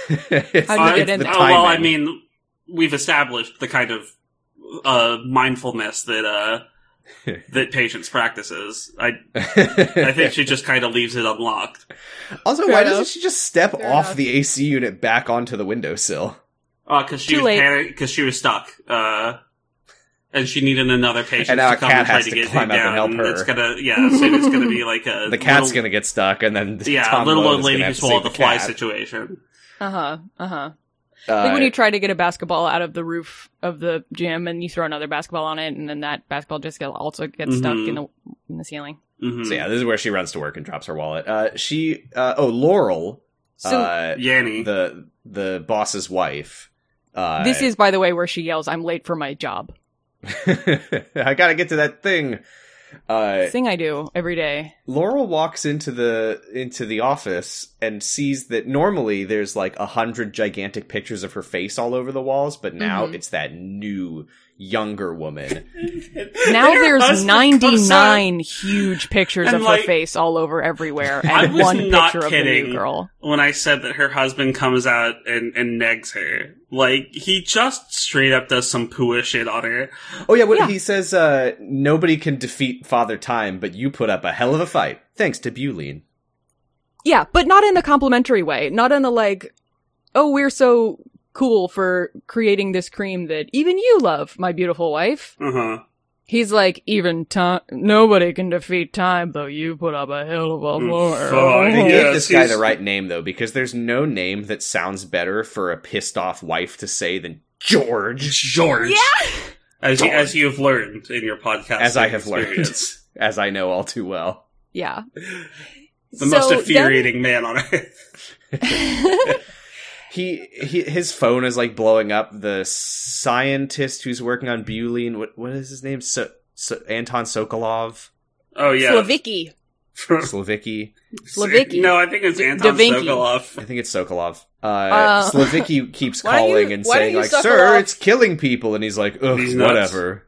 it's,
How'd you
it's
get in
the
there?
oh, well, I
timing.
mean, we've established the kind of uh, mindfulness that uh, that patients practices. I I think she just kind of leaves it unlocked.
also,
Fair
why
enough.
doesn't she just step
Fair
off
enough.
the AC unit back onto the windowsill?
because Oh, she
Too
was
late.
because she was stuck, uh, and she needed another patient
And now
to
a
come
cat
and try
has
to
to
get
climb
it
up and
down.
help her.
It's gonna yeah, so it's gonna be like a
The cat's
Uh, little,
gonna get stuck, and then
yeah,
Tom
little
Lone
old
is
lady
gonna
who
have to
swallowed
save
the fly
cat.
situation.
Uh huh. Uh huh.
Uh,
Like when you try to get a basketball out of the roof of the gym and you throw another basketball on it, and then that basketball just get- also gets stuck
Mhm.
in the in the ceiling.
Mm-hmm.
so yeah, this is where she runs to work and drops her wallet. Uh, she, uh, oh Laurel,
So
uh,
Yanny.
the the boss's wife. Uh,
this is, by the way, where she yells, "I'm late for my job."
I gotta get to that thing. Uh,
Thing I do every day.
Laurel walks into the into the office and sees that normally there's like a hundred gigantic pictures of her face all over the walls, but now
Mhm.
it's that new younger woman.
Now
Her
there's
husband comes out-
99 huge pictures
And,
of
like-
her face all over everywhere,
I
and
was
one
not
picture of the
kidding.
new girl.
when I said that her husband comes out and, and negs her. Like, he just straight up does some pua shit on her.
oh yeah, what
Yeah.
he says uh nobody can defeat Father Time, but you put up a hell of a fight. Thanks to Buline.
Yeah, but not in a complimentary way. Not in a like, oh, we're so cool for creating this cream that even you love, my beautiful wife.
Uh huh.
He's like, even time, nobody can defeat time, though you put up a hell of a
Mm,
war.
fuck.
They
Yeah,
gave this guy
she's-
the right name though, because there's no name that sounds better for a pissed off wife to say than George,
George. Yeah! As you, as you have learned in your podcast.
As I have learned.
experience.
as I know all too well.
Yeah.
The most
then-
infuriating man on earth.
he, he his phone is like blowing up. The scientist who's working on Buline, what what is his name? So, so Anton Sokolov,
Oh, yeah.
Slavicki.
Slavicki.
Slavicki.
No, I think it's Anton
Davinci.
I
Sokolov.
think it's Sokolov. Uh,
Uh,
Slavicki keeps
why don't you-
calling and
why don't
saying
you
like,
Sokolov?
"Sir, it's killing people," and he's like, "Ugh,
He's nuts.
whatever."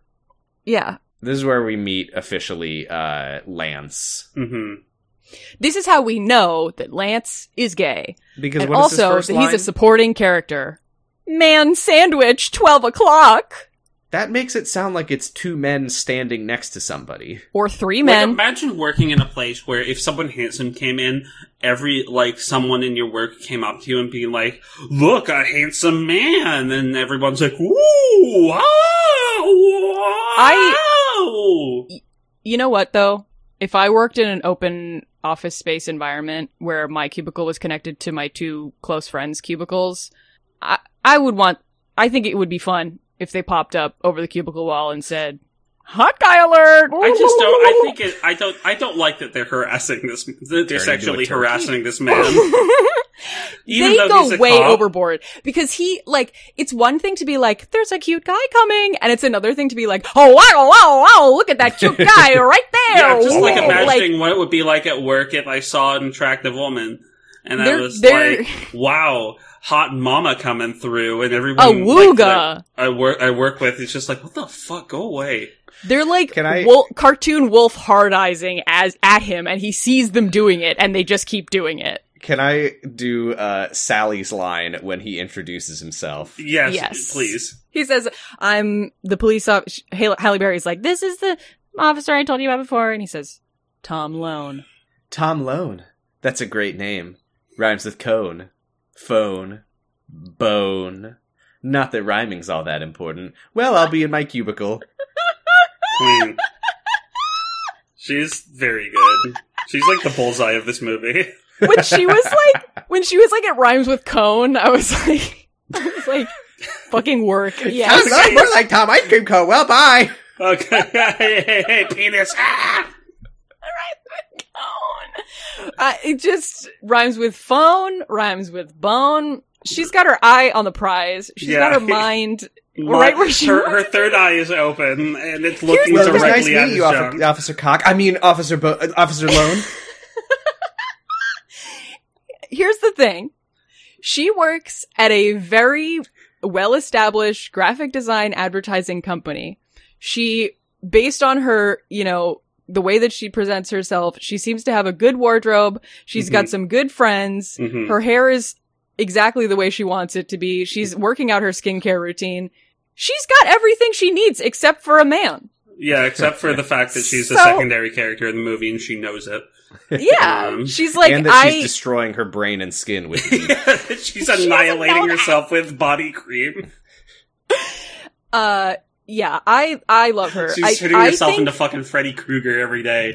Yeah.
This is where we meet officially uh, Lance
Mm-hmm.
This is how we know that Lance is gay.
because
and
what is his
also,
first
that
line?
he's a supporting character. Man sandwich, 12 o'clock.
that makes it sound like it's two men standing next to somebody.
Or three men.
Like, imagine working in a place where if someone handsome came in, every, like, someone in your work came up to you and being like, look, a handsome man. And everyone's like, ooh, wow.
I-
wow."
You know what though? If I worked in an open office space environment where my cubicle was connected to my two close friends' cubicles, I I would want I think it would be fun if they popped up over the cubicle wall and said, "Hot guy alert."
I just don't. I think it, I don't. I don't like that they're harassing this. That
into
they're
a
sexually
turkey.
harassing this man. Even
they
though
go
he's a
way
cop.
overboard because he like it's one thing to be like there's a cute guy coming and it's another thing to be like oh wow wow wow look at that cute guy right there
Yeah, I'm just like
Whoa.
imagining what it would be like at work if I saw an attractive woman and I
They're-
was
they're-
like, "Wow, hot mama coming through," and everyone
a
like,
wooga
that I work. I work with is just like, "What the fuck? Go away!"
They're like
Can I-
wol- cartoon wolf hard eyesing as at him, and he sees them doing it, and they just keep doing it.
Can I do uh, Sally's line when he introduces himself?
Yes,
Yes.
please.
He says, "I'm the police officer." Halle Berry's like, "This is the officer I told you about before," and he says, "Tom Lone."
Tom Lone. That's a great name. Rhymes with cone, phone, bone. Not that rhyming's all that important. Well, I'll be in my cubicle.
Queen. She's very good. She's like the bullseye of this movie.
when she was like when she was like it rhymes with cone i was like i was like fucking work
Sounds
yes
a lot more like Tom Ice Cream Co. Well, bye.
Okay. hey, hey, hey, penis. Ah!
cone uh, it just rhymes with phone rhymes with bone she's got her eye on the prize She's
Yeah.
got her mind Right where she
her, her
wants
third eye is open and it's looking
Well, it was nice
directly
meeting
at his
you,
junk.
Officer, Officer Cock. I mean, Officer Bo- uh, Officer Lone.
here's the thing she works at a very well established graphic design advertising company she based on her you know the way that she presents herself she seems to have a good wardrobe She's
Mm-hmm.
got some good friends
Mhm.
her hair is exactly the way she wants it to be she's
Mm-hmm.
working out her skincare routine she's got everything she needs except for a man
Yeah, except for the fact that she's the
So-
secondary character in the movie and she knows it.
yeah
Um,
she's like
and that
i
she's destroying her brain and skin with heat.
she's
doesn't know
annihilating
that.
herself with body cream.
uh yeah i i love her
She's
I,
turning
I
herself
think-
into fucking Freddy Krueger every day.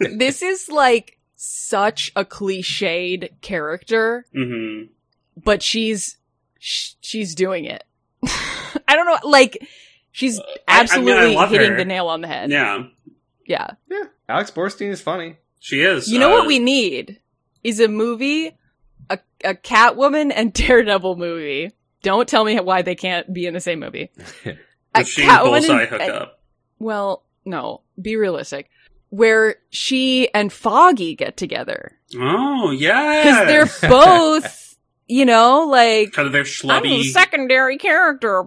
this is like such a cliched character,
hmm
but she's sh- she's doing it. I don't know, like she's absolutely
love
hitting
her.
the nail on the head.
Yeah,
Yeah.
yeah, Alex Borstein is funny.
she is.
You know
uh,
what we need is a movie, a a Catwoman and Daredevil movie. Don't tell me why they can't be in the same movie. A
the She and Bullseye
uh, and-
hook
and-
up.
Well, no, be realistic. Where she and Foggy get together.
Oh yeah,
because they're both, you know, like
kind of their
I'm a
schlubby.
secondary character.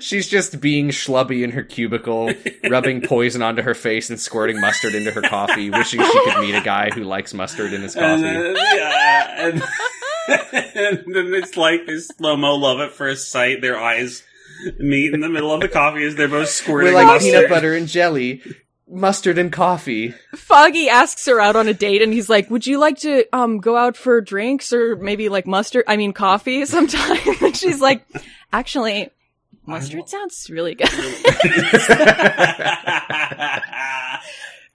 She's just being schlubby in her cubicle, rubbing poison onto her face and squirting mustard into her coffee, wishing she could meet a guy who likes mustard in his
and,
coffee.
uh, yeah, and, and then it's like this slow mo love at first sight. Their eyes meet in the middle of the coffee as they're both
We're
squirting
like
mustard.
peanut butter and jelly, mustard and coffee.
Foggy asks her out on a date, and he's like, "Would you like to um go out for drinks or maybe like mustard? I mean, coffee sometime?" and she's like, "Actually, mustard sounds really good."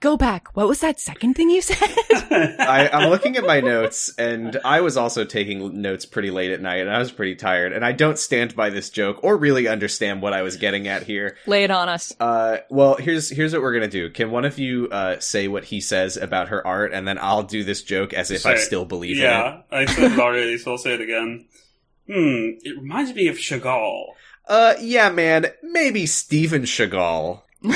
go back. What was that second thing you said?
I, I'm looking at my notes, and I was also taking notes pretty late at night, and I was pretty tired, and I don't stand by this joke or really understand what I was getting at here.
Lay it on us.
Uh, well, here's here's what we're gonna do. Can one of you uh, say what he says about her art, and then I'll do this joke as if I
Say-
still believe in it.
yeah, I said it already, so I'll say it again. Hmm, it reminds me of Chagall.
Uh, yeah, man, maybe Steven Chagall.
I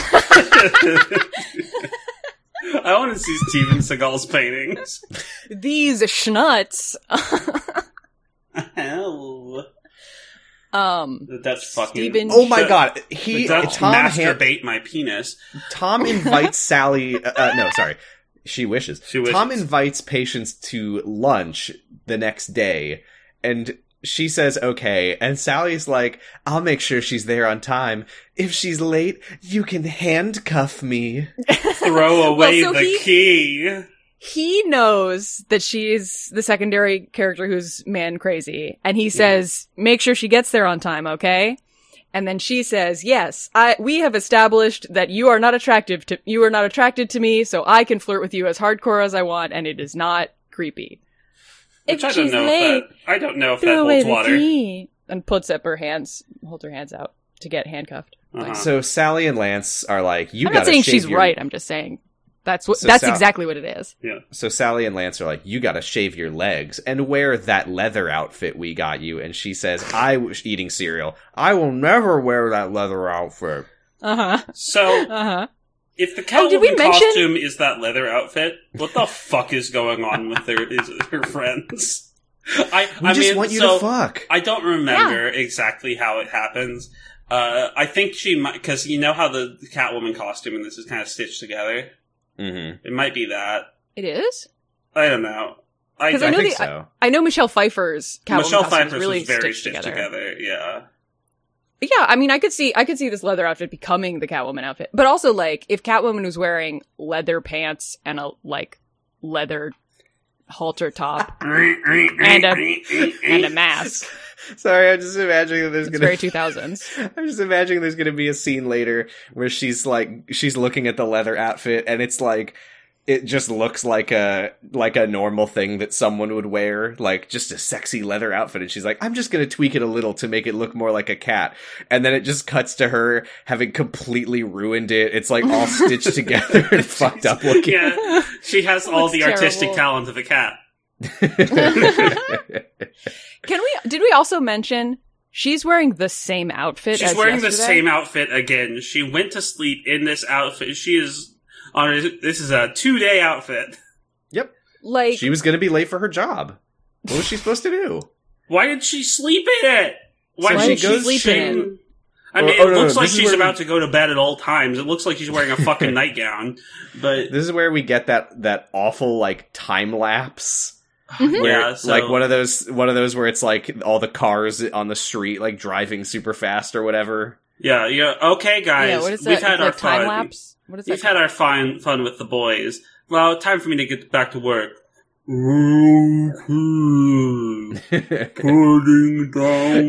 want to see Steven Seagal's paintings.
These schnutz.
Oh,
um,
that's fucking.
Steven-
Oh my
Shut-
god, he
The Dutch
Tom Han-
masturbate my penis.
Tom invites Sally. Uh, uh, no, sorry. She wishes.
She wishes.
Tom invites patients to lunch the next day, and she says okay. And Sally's like, "I'll make sure she's there on time. If she's late, you can handcuff me."
Uh-huh. Throw away
Well, so
the
he-
key.
he knows that she's the secondary character who's man crazy and he says make sure she gets there on time okay and then she says yes i we have established that you are not attractive to you are not attracted to me so i can flirt with you as hardcore as i want and it is not creepy
Which I don't know if that. I don't know if that holds water.
key and puts up her hands holds her hands out to get handcuffed
Uh-huh.
So Sally and Lance are like, "You
i'm
gotta
not saying
shave
she's
your-
right i'm just saying that's what
So
that's
Sal-
exactly what it is
So Sally and Lance are like, "You gotta shave your legs and wear that leather outfit we got you." And she says, "I was eating cereal. I will never wear that leather outfit."
uh-huh
so
uh-huh
if the
Oh, did we
Catwoman
mention-
costume is that leather outfit, what the fuck is going on with her is her friends? I
We
I
just
mean,
want you
so
to fuck.
I don't remember exactly how it happens. Uh, I think she might because you know how the Catwoman costume and this is kind of stitched together.
Mm-hmm.
It might be that
it is
I don't know. I,
'Cause I
don't-
know
think
the-
so.
I know Michelle Pfeiffer's Catwoman
Michelle
costume is
Pfeiffer's
really
was very
stitched together.
Yeah,
But yeah, I mean, I could see I could see this leather outfit becoming the Catwoman outfit, but also like if Catwoman was wearing leather pants and a like leather halter top
and
a- and a mask,
Sorry, I'm just imagining that there's
it's
gonna.
very two thousands.
I'm just imagining there's gonna be a scene later where she's like, she's looking at the leather outfit, and it's like. it just looks like a like a normal thing that someone would wear, like just a sexy leather outfit. And she's like, "I'm just gonna tweak it a little to make it look more like a cat." And then it just cuts to her having completely ruined it. It's like all stitched together and fucked up looking.
Yeah, she has all
Looks
the artistic
terrible.
talent of a cat.
Can we? Did we also mention she's wearing the same outfit?
She's
as
wearing the
yesterday?
same outfit again. She went to sleep in this outfit. She is on. Her, this is a two day outfit.
yep,
Like
she was gonna be late for her job. What was she supposed to do?
Why did she sleep in it? Why,
So
did
she
she
goes-
sleep
sleep in
in?
it.
I
Oh,
mean,
oh,
it
no, no,
looks like
this is
she's
where we-
about to go to bed at all times. It looks like she's wearing a fucking nightgown. But
This is where we get that that awful like time lapse.
Mhm.
Where,
Yeah, so-
like one of those one of those where it's like all the cars on the street like driving super fast or whatever.
yeah, yeah. Okay, guys,
yeah, what is that?
we've had
like
our
time
fun.
lapse. What is that?
We've had our fun fun with the boys. Well, time for me to get back to work. Okay. Putting down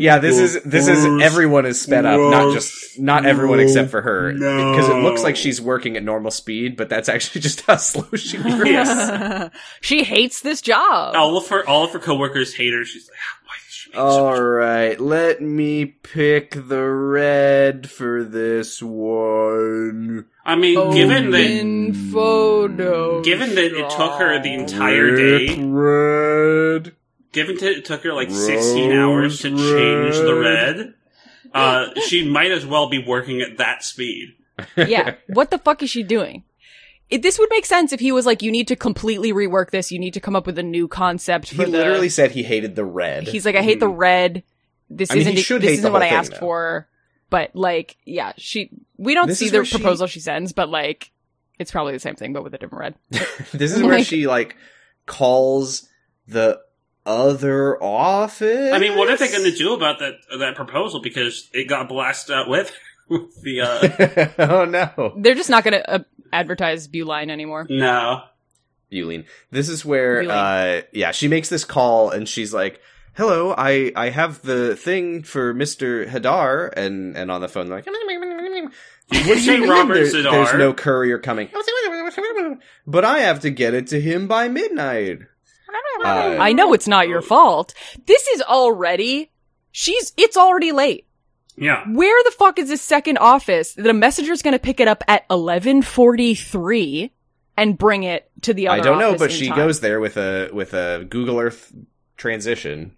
yeah, this
the
is this is
first-
everyone is sped up, not
Gross.
just not everyone except for her
No.
because it looks like she's working at normal speed, but that's actually just how slow she works.
Yes. Oh,
she hates this job.
all of her all of her coworkers hate her. She's like, "Ah, why did she make so much
All right, let me pick the red for this one.
I mean, given that
Open photo
given that it took her the
shop.
entire day,
red.
given that it took her like
Rose
16 hours to change the
red.
red, uh, she might as well be working at that speed.
yeah. What the fuck is she doing? It, this would make sense if he was like, you need to completely rework this. You need to come up with a new concept.
He
for the-
literally said he hated the red.
He's like, I hate the red. This
I mean, he
isn't. e-,
should hate
this
the
isn't what
whole
I
thing,
asked
though.
for. But like, yeah, she. We don't
This
see
is
the
where she-
proposal she sends, but like, it's probably the same thing, but with a different red.
this is where
Like-
she like calls the other office.
I mean, what are they going to do about that that proposal? Because it got blasted out with with the uh,
oh no,
They're just not going to uh, advertise Buline anymore.
no.
Yulene. This is where,
Yulene.
uh, yeah, she makes this call and she's like, "Hello, I I have the thing for Mister Hadar," and and on the phone like.
You could say Robert
There- there's
Zadar.
no courier coming. But I have to get it to him by midnight. Uh,
I know it's not your fault. This is already. She's. It's already late.
yeah.
Where the fuck is this second office that a messenger's going to pick it up at 11:43 and bring it to the other
I don't know,
office
but
in
she
time?
goes there with a with a Google Earth transition.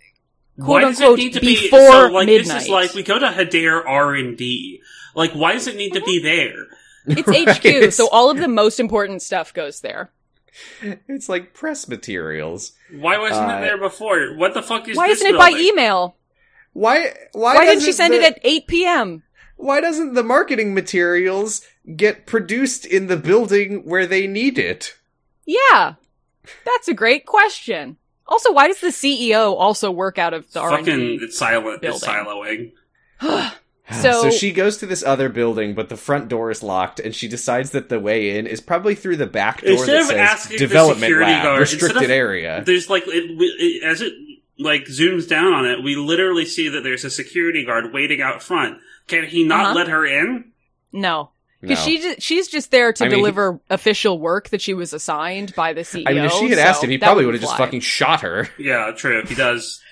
Why does it
unquote,
need to be
before
so, like, This
midnight.
is like we go to Hadare R and D. Like, why does it need to be there?
It's
Right,
HQ,
it's-
so all of the most important stuff goes there.
It's like press materials.
Why wasn't
Uh,
it there before? What the fuck is?
Why
this
isn't it by
building?
email?
Why? Why,
Why, didn't she
doesn't
send
the-
it at 8 p.m.?
Why doesn't the marketing materials get produced in the building where they need it?
Yeah, that's a great question. Also, why does the CEO also work out of the
Fucking,
R&D?
it's silent. It's
building.
siloing.
So-
she goes to this other building, but the front door is locked, and she decides that the way in is probably through the back door
Instead
that
of
says
asking the
"Development
security
Lab,
guard-
Restricted
instead of-
Area."
There's like it, we- it, as it like zooms down on it, we literally see that there's a security guard waiting out front. Can he not
Uh-huh.
let her in?
No, because
No.
she ju- she's just there to
I mean,
deliver official work that she was assigned by the CEO.
I mean, if she had
so
asked him, he
that
probably would
wouldn't
have just
fly.
fucking shot her.
Yeah, true. He does.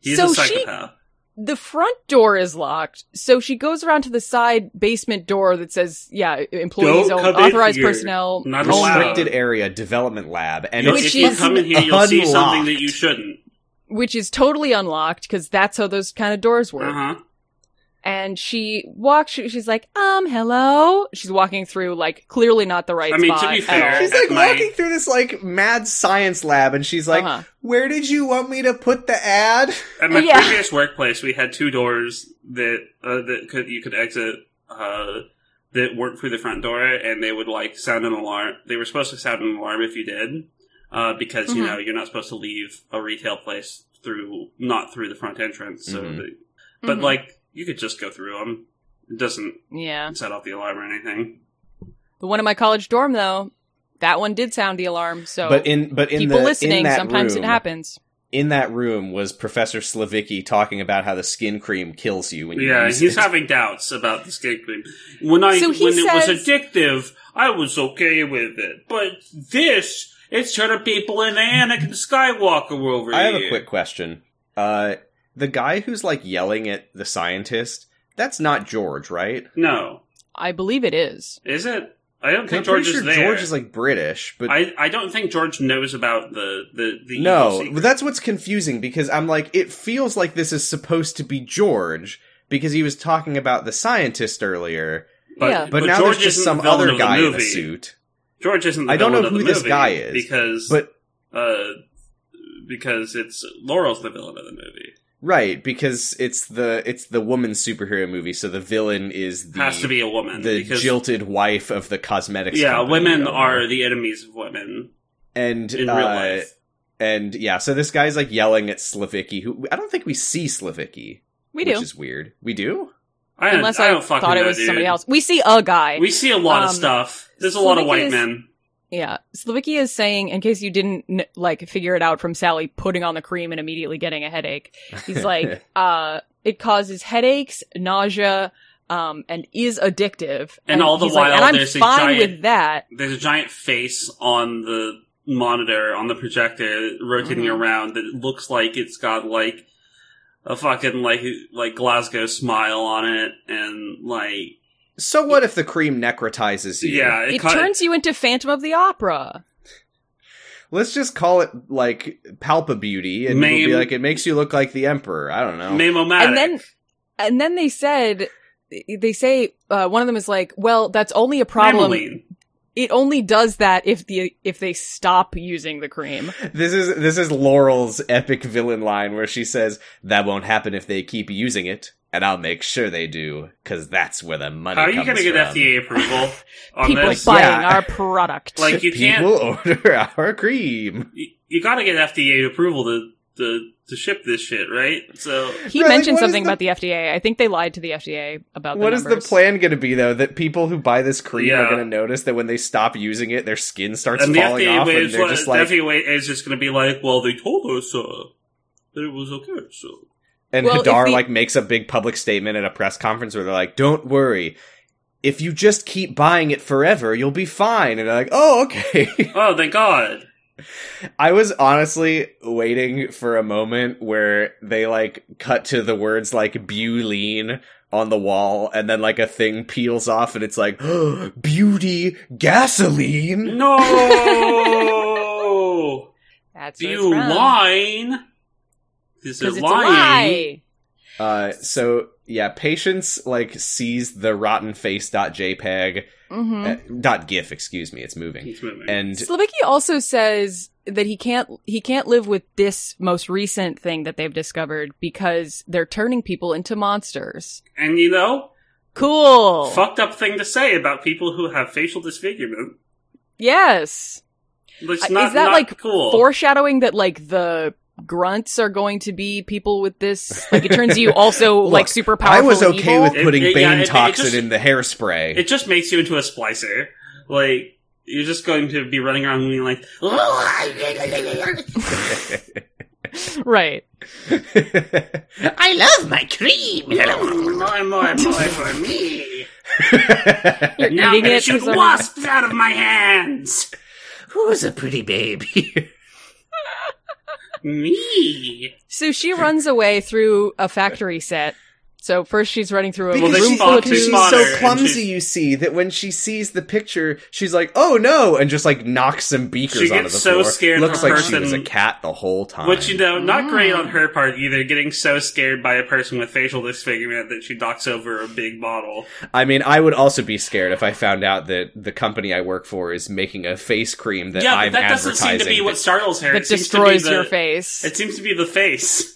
He's a
So she-
psychopath.
the front door is locked, so she goes around to the side basement door that says, "Yeah, employees
Don't
only,
come in
authorized
here.
personnel
Not
only."
allowed.
Restricted Area Development Lab, and
You-
Which
it's
if you
is
come in here, you'll see something that you
unlocked.
shouldn't.
which is totally unlocked because that's how those kind of doors work.
Uh huh.
And she walks. she- She's like, "Um, hello." She's walking through like clearly not the right.
I mean, to
spot
be
at
fair,
all.
She's
at
like
my-
walking through this like mad science lab, and she's like,
Uh-huh.
"Where did you want me to put the ad?"
At my
Yeah.
previous workplace, we had two doors that uh, that could you could exit uh, that worked through the front door, and they would like sound an alarm. They were supposed to sound an alarm if you did, uh, because you
Mhm.
know you're not supposed to leave a retail place through not through the front entrance. So,
Mhm.
the- but
Mhm.
like you could just go through them. It doesn't
yeah,
set off the alarm or anything.
the one in my college dorm though, that one did sound the alarm. So
but in but in
people
the
listening,
in that
sometimes
room,
it happens.
in that room was Professor Slavicki talking about how the skin cream kills you when you
Yeah,
use
he's
it.
having doubts about the skin cream. When I
So he
when it was
says-
addictive, I was okay with it, but this it's turning people into Anakin Skywalker over
I have a
here.
quick question. Uh, the guy who's like yelling at the scientist, that's not George, right?
No,
I believe it is.
is it? I don't
I'm
think George
pretty sure
is there.
George is like British, but
I I don't think George knows about the the the evil
no,
secret.
but that's what's confusing because I'm like, it feels like this is supposed to be George because he was talking about the scientist earlier,
But,
Yeah.
but, now
George
there's
isn't
just some
the villain
other
of the
guy in a
movie.
suit.
George isn't. The
I don't
villain
know
of the
who this
movie
guy is,
because
But
uh, because it's Laurel's the villain of the movie.
right, because it's the it's the woman superhero movie, so the villain is the
Has to be a woman.
the
because,
jilted wife of the cosmetics.
Yeah,
company
women
owner.
are the enemies of women
and
in
uh,
real life.
And yeah, so this guy's like yelling at Slavicki, who I don't think we see Slavicki.
We do.
Which is weird. We do?
I don't-
Unless
I,
I,
don't fucking
thought it
know,
was
dude.
somebody else. We see a guy.
We see a lot of
Um,
stuff. There's a lot of
Slavicki
white
is-
men.
yeah. Slowicki is saying, in case you didn't kn- like figure it out from Sally putting on the cream and immediately getting a headache, he's like, uh, it causes headaches, nausea, um, and is addictive.
And all the
he's
while,
and I'm
there's a
fine
giant-
with that.
There's a giant face on the monitor on the projector rotating
Mhm.
around that looks like it's got like a fucking like like Glasgow smile on it and like
So what if the cream necrotizes you?
yeah
It,
cut-
turns you into Phantom of the Opera.
Let's just call it like palpa beauty and
Mame-
it'll be like it makes you look like the emperor. I don't know.
Mamomatic.
And then, and then they said, they say uh, one of them is like, "Well, that's only a problem.
Mamoline.
It only does that if the if they stop using the cream."
This is this is Laurel's epic villain line where she says, That won't happen if they keep using it, and I'll make sure they do, cause that's where the money
How are you
comes
going to get
from."
FDA approval on
People
this?
buy-
buying
Yeah.
our product.
Like you can't.
People order our cream.
You, you got to get FDA approval to, to to ship this shit, right? So
he
Right, like,
mentioned
what is
something
the-
about the FDA. I think they lied to the FDA about
What
the
is the
numbers.
plan going to be though? That people who buy this cream
Yeah.
are going to notice that when they stop using it, their skin starts
and the
falling
FDA
off, and
is
they're just like,
the FDA is just going to be like, well, they told us uh, that it was okay, so
and
Well, if
Hadar
we-
like makes a big public statement at a press conference where they're like, "Don't worry, if you just keep buying it forever, you'll be fine." And they're like, "Oh, okay."
oh, thank God.
I was honestly waiting for a moment where they like cut to the words like "Buleen." On the wall, and then like a thing peels off, and it's like, beauty gasoline.
No,
That's what it's
you
from.
lying. This
Because
is
it's a
lying.
lie.
Uh, so yeah, patience like sees the rotten face dot JPEG
Mm-hmm.
uh, dot GIF. Excuse me, it's moving.
It's moving.
And
Slabicki also says that he can't he can't live with this most recent thing that they've discovered because they're turning people into monsters.
and you know,
Cool.
fucked up thing to say about people who have facial disfigurement.
Yes.
It's
Uh,
not,
is that
not
like
cool?
Foreshadowing that like the grunts are going to be people with this like it turns you also
Look,
like super
I
powerful.
was
and
okay
evil.
with
It-
putting
it- yeah,
Bane
it- it
toxin
just-
in the hairspray.
It just makes you into a splicer. Like you're just going to be running around being like,
right.
I love my cream.
more, more, more for me.
You're
Now
eating
they
it.
shoot
for some-
wasps out of my hands.
Who's a pretty baby?
Me.
So she runs away through a factory set. So first she's running through a
because
they
room
she-
spot-
full of
they
she's
spot her,
so
and
clumsy,
she's-
you see, that when she sees the picture, she's like, "Oh no!" and just like knocks some beakers
She
onto
gets
the
so
floor.
scared
Looks
her
like she was a
person-
cat the whole time.
Which you know,
Mm.
not great on her part either. Getting so scared by a person with facial disfigurement that she knocks over a big bottle.
I mean, I would also be scared if I found out that the company I work for is making a face cream that
yeah,
I'm
but that doesn't
advertising.
seem to be what startles her.
that
It seems to be
destroys
the-
your face.
It seems to be the face.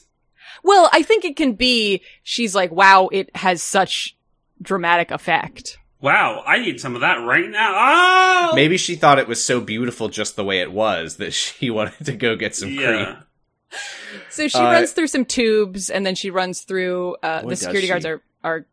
Well, I think it can be she's like, wow, it has such dramatic effect.
Wow, I need some of that right now. Oh,
Maybe she thought it was so beautiful just the way it was that she wanted to go get some cream.
yeah.
So she
Uh,
runs through some tubes and then she runs through uh, the
Boy, does
security guards
she.
are are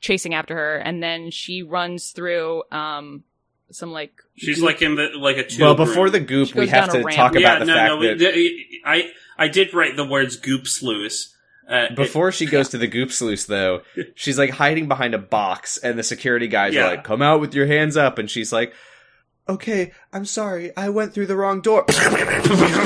chasing after her and then she runs through um some like
She's like in the like a tube.
Well, before
room.
the goop,
She
we
goes
have
down a
to
ramp.
talk
yeah,
about the
no,
fact
no, we,
that
the- I I did write the words "goop sluice" uh, it-
Before she goes to the goop sluice, though, she's like hiding behind a box, and the security guys
Yeah.
are like, "Come out with your hands up," and she's like, "Okay, I'm sorry, I went through the wrong door."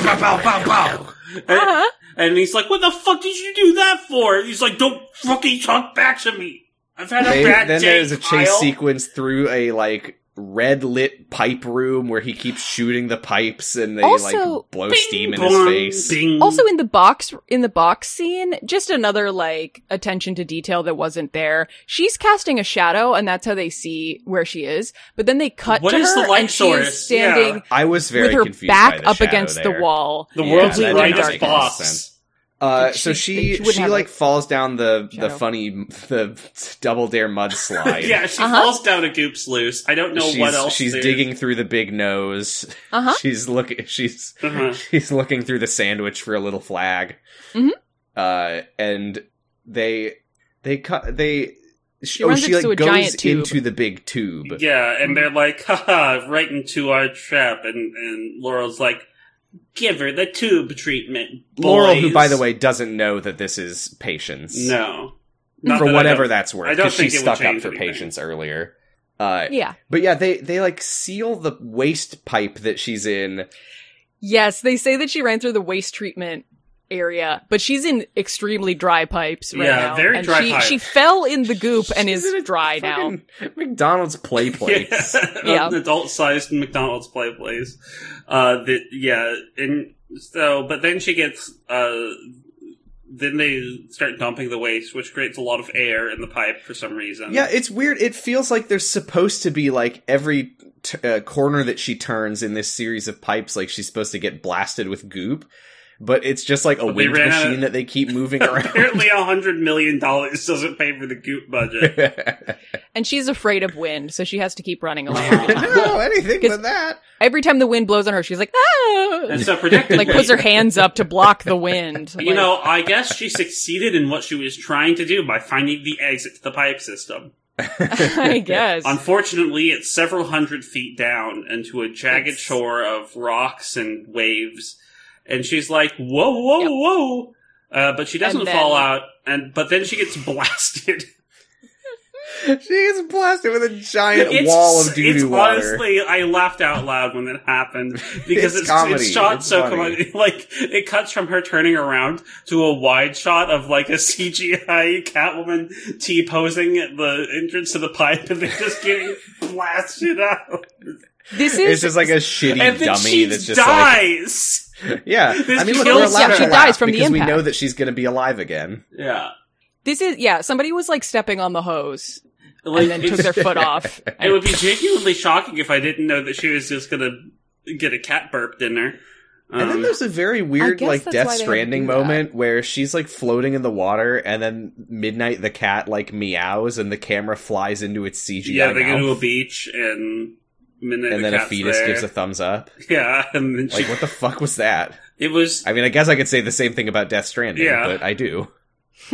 uh-huh.
and, and he's like, "What the fuck did you do that for?" He's like, "Don't fucking talk back to me. I've had a
They-
bad
then
day."
there's a chase
Kyle."
sequence through a like red lit pipe room where he keeps shooting the pipes, and they
Also-
like blow
Bing,
steam in his
bong,
face.
bing.
Also in the box in the box scene, just another like attention to detail that wasn't there. She's casting a shadow and that's how they see where she is. But then they cut
What
to
is the
her
light
and she
source?
is standing
I was very
with her
confused by
back
the
up
shadow
against
there.
the wall.
the
Yeah,
world's
that did not
lightest
make any
box.
sense. Uh,
She-
so
they-
she
she wouldn't
she
have
like
it.
falls down the the
Shadow.
funny the double dare mudslide.
Yeah, she
Uh-huh.
falls down a goop sluice. I don't know
she's,
what else.
she's
there-
digging through the big nose.
Uh-huh.
She's looking. She's
Uh-huh.
she's looking through the sandwich for a little flag.
Mhm.
Uh, and they they cut they. She, oh,
runs
she
into
like
a giant
goes
tube.
into the big tube.
Yeah, and they're like, haha, right into our trap. And, and Laurel's like, give her the tube treatment.
Laurel, who
boys."
by the way doesn't know that this is patience.
No. Not
for
that I
whatever
don't-
that's worth,
I don't
because she
think it would
stuck up
change
for
anything.
patience earlier. Uh,
Yeah.
But yeah, they they like seal the waste pipe that she's in.
Yes, they say that she ran through the waste treatment area, but she's in extremely dry pipes right
Yeah,
now.
very
and
dry
she,
pipe.
she fell in the goop and
She's
is
in a
dry now.
fucking McDonald's play place.
Yeah,
Yeah.
an adult-sized McDonald's play place. Uh, that yeah, and so but then she gets uh, then they start dumping the waste, which creates a lot of air in the pipe for some reason.
Yeah, it's weird. It feels like there's supposed to be like every t- uh, corner that she turns in this series of pipes, like she's supposed to get blasted with goop. But it's just like a
But they
wind
ran out of-
machine that they keep moving around.
apparently a hundred million dollars doesn't pay for the goop budget.
And she's afraid of wind, so she has to keep running away. every time.
no, anything but that.
Every time the wind blows on her, she's like, ah!
And so predictably,
Like, puts her hands up to block the wind.
you
Like,
know, I guess she succeeded in what she was trying to do by finding the exit to the pipe system.
I guess.
Unfortunately, it's several hundred feet down into a jagged
It's-
shore of rocks and waves, and she's like, "Whoa, whoa,
Yep.
whoa!" Uh, but she doesn't
And then-
fall out, and but then she gets blasted.
She gets blasted with a giant
It's-
wall of doo
it's
doo water.
Honestly, I laughed out loud when that happened because
It's
it's,
comedy.
it's shot
It's
so
funny.
comedi- like it cuts from her turning around to a wide shot of like a CGI Catwoman T posing at the entrance to the pipe and they're just getting blasted out,
this
it's
is.
just like a shitty
and then
dummy
she
that's just like
dies.
yeah.
This
I mean, look,
kills
we're allowed to
her. She
laugh
dies from the
because we
impact.
know that she's going to be alive again.
yeah,
This is. Yeah, somebody was like stepping on the hose
like
and then took
it's-
their foot off.
it would be genuinely shocking if I didn't know that she was just gonna get a cat burped in her.
And then
Um,
there's a very weird,
guess
like,
that's
Death
why they had to
Stranding
do that.
moment where she's, like, floating in the water, and then Midnight the cat, like, meows, and the camera flies into its CGI.
yeah, they go to a
mouth,
beach and. Midnight
and
the
then a
cat's
fetus
there.
gives a thumbs up.
Yeah, and then she,
Like, what the fuck was that?
it was
I mean, I guess I could say the same thing about Death Stranding,
Yeah.
but I do.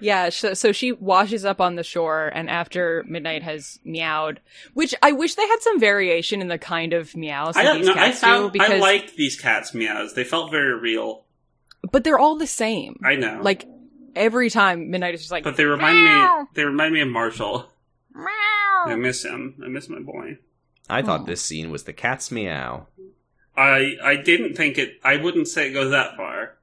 yeah, so, so she washes up on the shore, and after Midnight has meowed, which I wish they had some variation in the kind of meows
I
that
don't
these
know. I
cats do
found I
because,
liked these cats meows. They felt very real.
but they're all the same.
I know,
Like every time Midnight is just like,
but they remind me.
Meow.
They remind me of Marshall. I
meow.
miss him. I miss my boy.
I thought
Aw.
this scene was the cat's meow.
I I didn't think it. I wouldn't say it goes that far.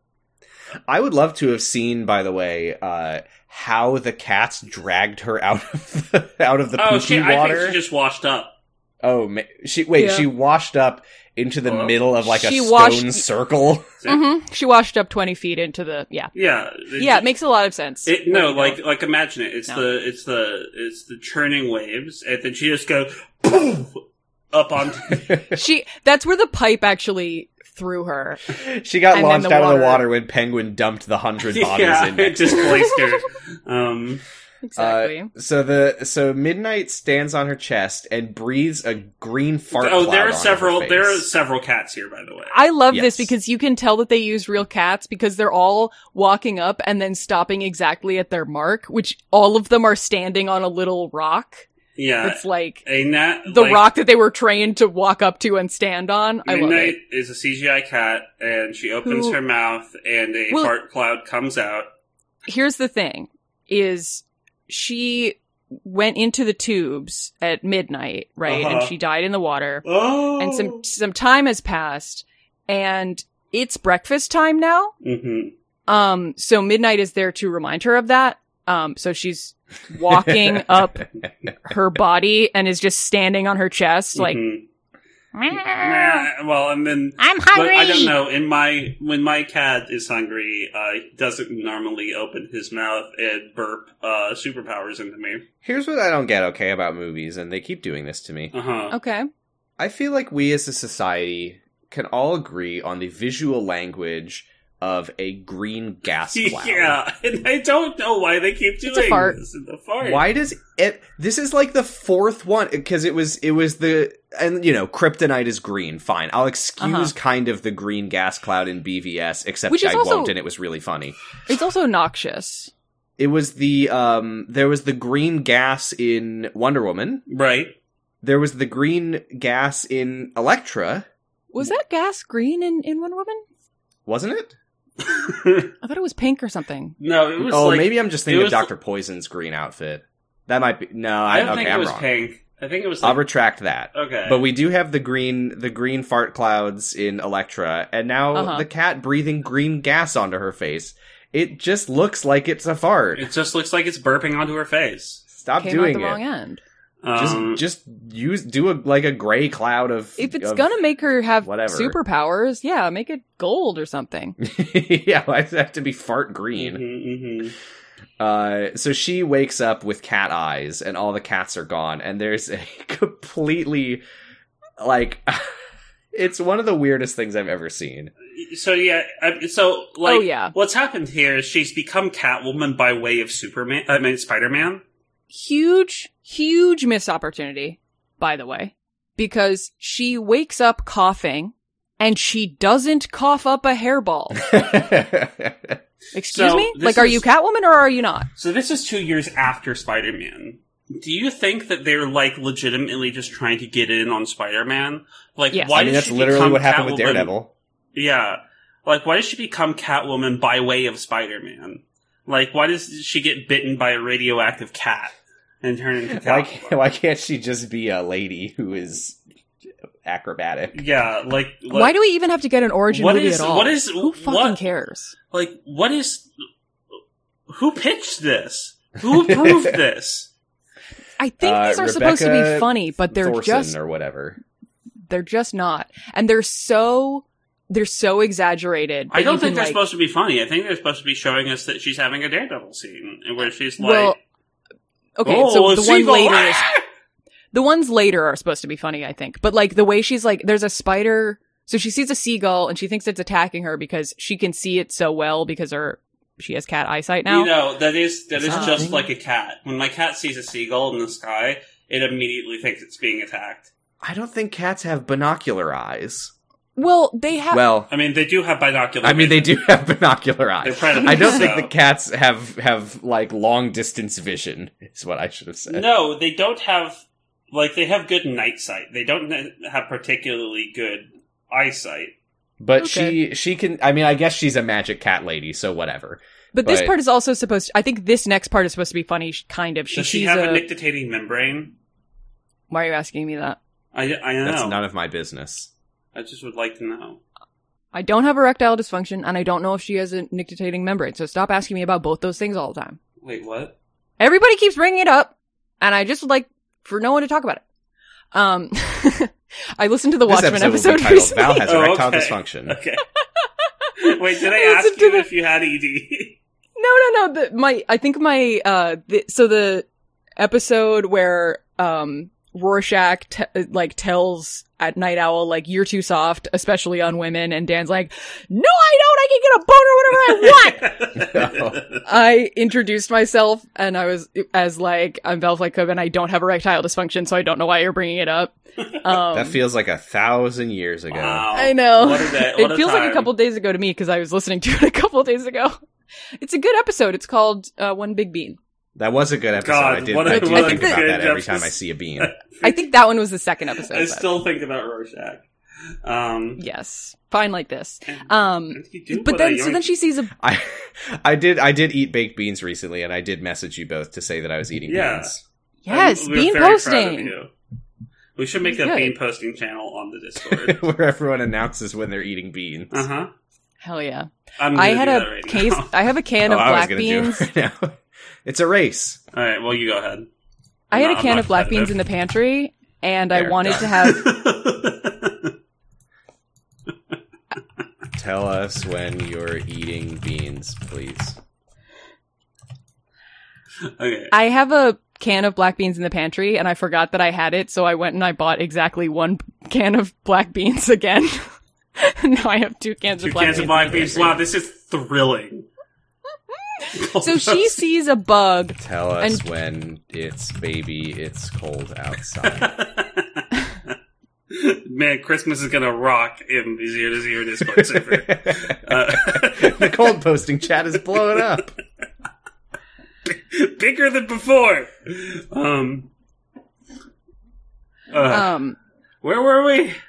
I would love to have seen, by the way, uh, how the cats dragged her out of the, out of the
oh,
poopy
she, I
water.
think she just washed up.
Oh, ma- she wait.
Yeah.
She washed up into the
Hello?
middle of like a
She
stone
washed-
circle.
Mhm. She washed up twenty feet into the yeah.
Yeah,
Yeah, it makes a lot of sense.
It, no, like like imagine it. It's
No.
the it's the it's the churning waves, and then she just goes boom up onto
she that's where the pipe actually threw her.
Uh,
She got
And then
launched
the
out of the
water-
water when Penguin dumped the hundred bodies
yeah,
in.
it
next
just placed her. Um,
Exactly.
So the so Midnight stands on her chest and breathes a green fart.
oh,
cloud
there
on
are
her
several.
face.
There are several cats here, by the way.
I love
yes.
this because you can tell that they use real cats because they're all walking up and then stopping exactly at their mark, which all of them are standing on a little rock.
Yeah.
It's like
a nat,
the
like,
rock that they were trained to walk up to and stand on. I love
Midnight
it.
is a CGI cat, and she opens
Who-
her mouth, and a
Well-
fart cloud comes out.
Here's the thing is she went into the tubes at midnight, right? And
Uh-huh.
she died in the water.
Oh,
And some some time has passed and it's breakfast time now.
Mhm.
Um, so Midnight is there to remind her of that. Um, so she's walking up her body and is just standing on her chest, like,
Mm-hmm.
Mhm.
"Meow,
Nah, well, and then
I'm
but
hungry.
I don't know. In my when my cat is hungry, uh, he doesn't normally open his mouth and burp uh, superpowers into me.
Here's what I don't get okay about movies, and they keep doing this to me.
Uh huh.
Okay.
I feel like we as a society can all agree on the visual language of a green gas cloud.
Yeah, and I don't know why they keep doing
It's a fart.
this. It's a fart.
Why does it? This is like the fourth one because it was it was the and you know kryptonite is green. Fine, I'll excuse
Uh-huh.
kind of the green gas cloud in BVS, except
Which is
I
also-
won't, and it was really funny.
It's also noxious.
It was the um there was the green gas in Wonder Woman.
Right.
There was the green gas in Elektra,
Was that gas green in, in Wonder Woman?
wasn't it?
I thought it was pink or something.
no, it was
Oh,
like
maybe I'm just thinking
it
of
was-
Doctor Poison's green outfit. That might be no.
I
I,
don't
okay,
think it
I'm
was
wrong.
pink. I think it was
I'll
like,
retract that.
okay.
But we do have the green, the green fart clouds in Elektra, and now
Uh-huh.
the cat breathing green gas onto her face. It just looks like it's a fart.
it just looks like it's burping onto her face.
Stop
Came out
doing
the wrong
it.
end.
Um,
Just, just use do a like a gray cloud of.
If it's
of-
gonna make her have
whatever.
superpowers, yeah, make it gold or something.
yeah, I have to be fart green.
mhm, mhm.
Uh, so she wakes up with cat eyes, and all the cats are gone, and there's a completely like. It's one of the weirdest things I've ever seen.
So yeah, I, so like,
oh yeah.
what's happened here is she's become Catwoman by way of Superman. I mean, Spider Man.
huge, huge missed opportunity, by the way, because she wakes up coughing and she doesn't cough up a hairball. Excuse
So,
me?
this
Like, are you
is-
Catwoman or are you not?
So this is two years after Spider Man. Do you think that they're like legitimately just trying to get in on Spider Man? Like,
Yes.
why
I mean,
did
that's
she
literally
become
what happened with
Catwoman-
Daredevil.
Yeah, like why does she become Catwoman by way of Spider Man? Like, why does she get bitten by a radioactive cat and turn into
Why,
Catwoman?
can't- why can't she just be a lady who is acrobatic?
Yeah, like like,
Why do we even have to get an origin
What
movie
is-
at all?
what is-
Who fucking
what-
cares?
like what is who pitched this? Who approved this?
I think
Uh,
these are supposed to be
Rebecca
funny, but they're
Thorson
just
or whatever.
they're just not. And they're so they're so exaggerated.
I
that you
don't think
can,
they're
like-
supposed to be funny. I think they're supposed to be showing us that she's having a daredevil scene and where she's like,
Well, Okay,
"Oh,
so
a
the one
seagull,
later
ah!"
is the ones later are supposed to be funny, I think. But like the way she's like, there's a spider. So she sees a seagull and she thinks it's attacking her because she can see it so well because her she has cat eyesight now.
You know that is that is
Something.
just like a cat. When my cat sees a seagull in the sky, it immediately thinks it's being attacked.
I don't think cats have binocular eyes.
well, they have.
Well,
I mean, they do have binoculars.
I mean they do have binocular
They're
eyes.
predators.
I don't think
so-
the cats have have like long distance vision. Is what I should have said.
No, they don't have like they have good night sight. They don't have particularly good eyesight.
But
Okay.
she she can. I mean, I guess she's a magic cat lady, so whatever.
but this
but-
part is also supposed. I think this next part is supposed to be funny, sh- kind of. She
Does she
sees
have a
a.
nictitating membrane?
why are you asking me that?
I, I don't
That's
know.
none of my business.
I just would like to know.
I don't have erectile dysfunction, and I don't know if she has a nictitating membrane. So stop asking me about both those things all the time.
Wait, what?
Everybody keeps bringing it up, and I just would like for no one to talk about it. Um, I listened to the
this
Watchmen
episode, was
episode,
entitled
recently.
"Val has
Oh,
erectile
okay.
dysfunction."
Okay. Wait, did I
I
ask
listened to
you
the-
if you had E ED?
No, no, no. The, my, I think my, uh, the, so the episode where, um, Rorschach, te- like, tells at Night Owl, like, you're too soft, especially on women, and Dan's like, no, I don't, I can get a boner whenever I want! I introduced myself and I was as like, I'm Val Flight Cobb and I don't have erectile dysfunction, so I don't know why you're bringing it up. Um,
That feels like a thousand years ago.
Wow.
I know.
Oh, What a day- what
it feels like a
time.
couple days ago to me because I was listening to it a couple days ago. It's a good episode. It's called uh, One Big Bean.
That was a good episode.
God,
I did,
what a-
I do
what a
think about
good
that every time I
episode.
see a bean.
I think that one was the second episode.
I
but-
still think about Rorschach. Um,
yes, fine like this. Um,
and you do
but
put a
then so then
yoink-
she sees a
I I did I did eat baked beans recently, and I did message you both to say that I was eating
Yeah.
beans.
yes
We were
bean
very proud of
posting.
you. We should make
That was
a
good.
bean posting channel on the Discord.
Where everyone announces when they're eating beans.
uh huh.
Hell yeah!
I'm.
I
gonna
had
do
a
that right
case.
now.
I have a can
oh,
of
I was
black
gonna do
beans.
it right now. It's a race.
All right. Well, you go ahead.
I had
No,
a
I'm
can
not
of black beans
competitive.
in the pantry, and I
There,
wanted
done.
to have Uh,
Tell us when you're eating beans, please.
okay.
I have a can of black beans in the pantry and I forgot that I had it, so I went and I bought exactly one can of black beans again. now I have two cans
Two
of black
cans
beans.
of black beans. Wow, this is thrilling.
so she sees a bug.
Tell us
And-
when it's baby, it's cold outside.
Man, Christmas is gonna rock in the zero to zero Discord server. Uh,
the cold posting chat is blowing up.
bigger than before. Um, uh,
Um,
where were we?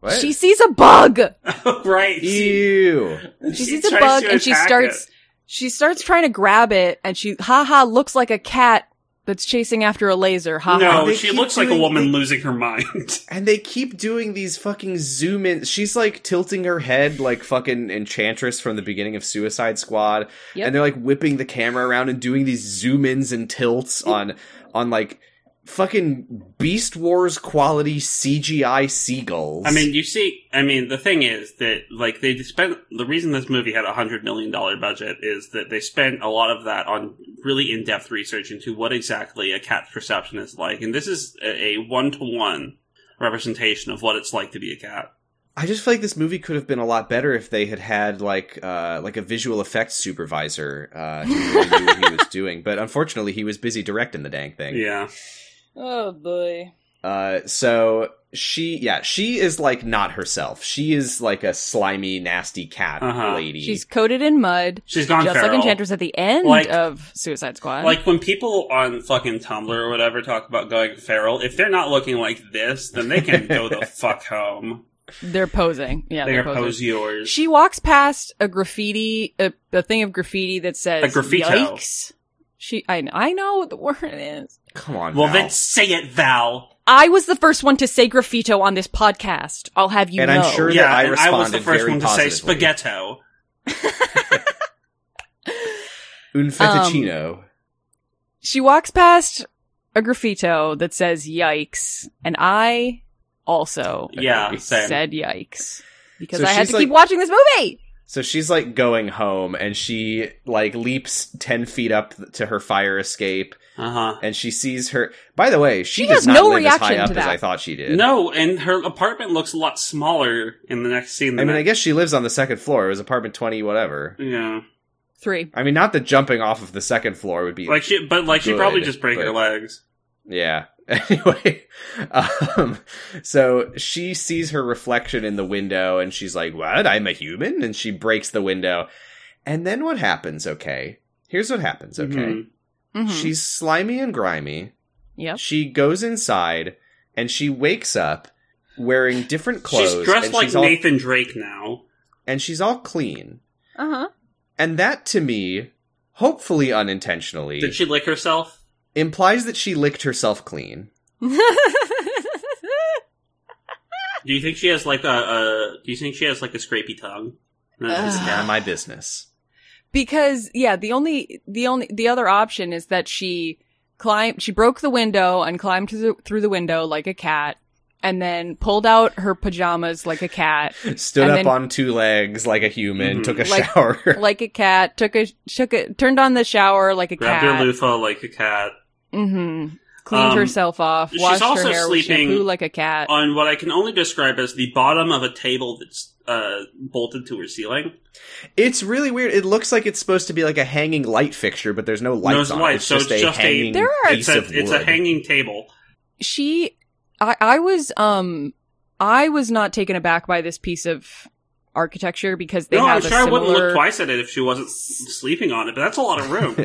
What?
she sees a bug.
Oh, right.
Ew.
She, sees a
tries
bug
to
and she
attack
starts.
it.
She starts trying to grab it, and she haha looks like a cat that's chasing after a laser. Haha.
No,
They
she
keep
looks like a
doing-
woman losing her mind.
And they keep doing these fucking zoom in. She's like tilting her head like fucking Enchantress from the beginning of Suicide Squad.
Yep.
And they're like whipping the camera around and doing these zoom ins and tilts on on like fucking Beast Wars quality CGI seagulls.
I mean, you see, I mean, the thing is that, like, they spent, the reason this movie had a $100 million budget is that they spent a lot of that on really in depth research into what exactly a cat's perception is like. And this is a one to one representation of what it's like to be a cat.
I just feel like this movie could have been a lot better if they had had like uh, like a visual effects supervisor uh, who really knew what he was doing. But unfortunately, he was busy directing the dang thing.
Yeah.
Oh boy.
Uh, so she, yeah, she is like not herself. She is like a slimy, nasty cat
Uh-huh.
lady.
She's coated in mud,
She's gone
just
feral.
like Enchantress at the end
Like-
of Suicide Squad.
Like when people on fucking Tumblr or whatever talk about going feral, if they're not looking like this, then they can go the fuck home.
They're posing. Yeah,
they
they're
are
posing.
pose yours.
She walks past a graffiti, a, a thing of graffiti that says
A graffito.
Yikes! She, I, I know what the word is.
come on.
well,
Val.
then say it, Val.
I was the first one to say graffito on this podcast. I'll have you
And
know.
I'm sure- that I
and was the
responded
first
very
one to say
positively.
spaghetto.
Um,
un fettuccino.
she walks past a graffito that says "Yikes," and I also
Yeah, same.
said "Yikes" because
So
I had
she's
to
like-
keep watching this movie.
so she's like going home, and she like leaps ten feet up th- to her fire escape,
Uh huh.
and she sees her. By the way, she,
She
does
has
not
no
live as high
reaction
up
to
as
that.
I thought she did.
No, and her apartment looks a lot smaller in the next scene.
I
Than
mean, I
that-
guess she lives on the second floor. It was apartment twenty, whatever.
yeah,
Three.
I mean, not that jumping off of the second floor would be
like she, but like she
Good,
probably just break
but-
her legs.
Yeah. Anyway, um, so she sees her reflection in the window and she's like, What? I'm a human? And she breaks the window. And then what happens, okay? Here's what happens, okay?
Mhm.
Mhm.
She's slimy and grimy.
yep.
She goes inside and she wakes up wearing different clothes.
she's dressed
and,
like
she's all,
Nathan Drake now.
and she's all clean.
Uh
Uh-huh.
huh.
And that to me, hopefully unintentionally,
Did she lick herself?
implies that she licked herself clean.
Do you think she has like a? a do you think she has like a scrapey tongue? No,
Ugh.
it's
It's none of
not.
my business.
because yeah the only the only the other option is that she climbed she broke the window and climbed to the, through the window like a cat and then pulled out her pajamas like a cat
stood
And
up
then-
on two legs like a human,
Mhm.
took a
Like-
shower.
like a cat took a shook it turned on the shower like a
Grabbed her
cat
loofah like a cat.
mm-hmm cleaned
Um,
herself off
she's
washed
also
her hair with
sleeping
shampoo like a cat
on what I can only describe as the bottom of a table that's uh, bolted to her ceiling.
it's really weird. It looks like it's supposed to be like a hanging light fixture, but there's no lights
There's
on. it.
lights,
It's
so
just
it's
a
just a-
hanging
There are-
piece
It's a
of wood.
it's a hanging table.
she I, I was um i was not taken aback by this piece of architecture because they
no,
have
I'm
a
sure I wouldn't
similar-
look twice at it if she wasn't s- sleeping on it. But that's a lot of room.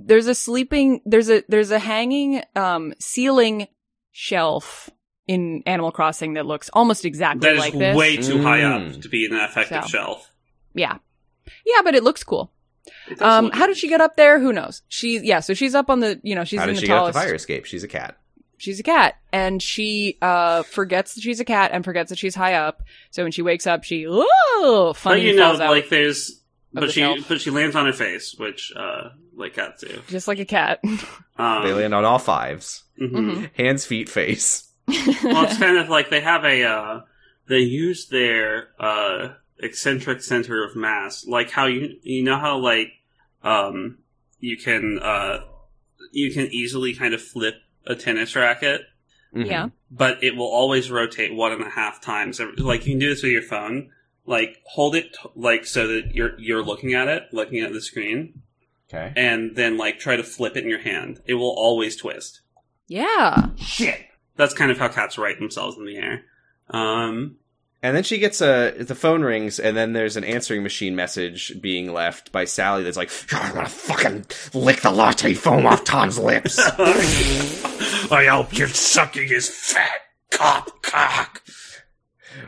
there's a sleeping there's a there's a hanging um ceiling shelf in Animal Crossing that looks almost exactly
That is
like this.
way too high
Mm.
up to be in an effective
So.
shelf.
yeah. Yeah, but it looks cool.
It does
Um
look-
how did she get up there? Who knows? She's yeah, so she's up on the you know, she's
How
in
did
the
she get up
tallest
the fire escape? She's a cat.
she's a cat and she uh forgets that she's a cat and forgets that she's high up so when she wakes up she oh
but
funny
you know,
falls out
like there's, but
the
she
shelf.
but she lands on her face, which uh, like cats do.
just like a cat
Um,
they land on all fives.
Mm-hmm.
mhm.
Hands, feet, face.
well, it's kind of like they have a uh, they use their uh, eccentric center of mass, like how you you know how like um, you can uh, you can easily kind of flip a tennis racket,
Mhm.
yeah
but it will always rotate one and a half times. every- Like you can do this with your phone. Like hold it t- like so that you're you're looking at it, looking at the screen,
Okay.
and then like try to flip it in your hand. It will always twist.
yeah
That's kind of how cats write themselves in the air. Um,
And then she gets a the phone rings, and then there's an answering machine message being left by Sally that's like, "I'm gonna fucking lick the latte foam off Tom's lips."
I hope you're sucking his fat cop cock.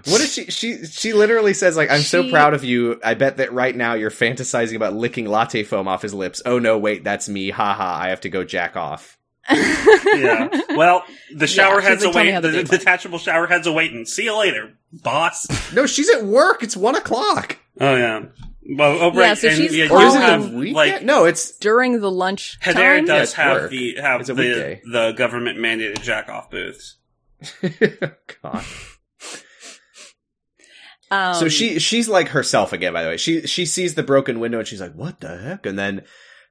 what is she? She she literally says like, "I'm so
She-
proud of you. I bet that right now you're fantasizing about licking latte foam off his lips." Oh no, wait, that's me. Haha, I have to go jack off.
Yeah. Well, the shower
she's
heads
like, "Tell me
away.
how
The,
the
the
day went."
detachable shower heads awaiting. See you later, boss.
No, she's at work. It's one o'clock.
Oh yeah. Well, oh, right.
Yeah, so
and,
she's
yeah, you
Or is it a
have,
weekend?
like
no, it's
during the lunch
Hedera
time
does
Yes,
have
work.
the have
It's a
the,
weekday.
the government mandated jack off booths.
God.
um,
so she she's like herself again by the way she she sees the broken window and she's like what the heck and then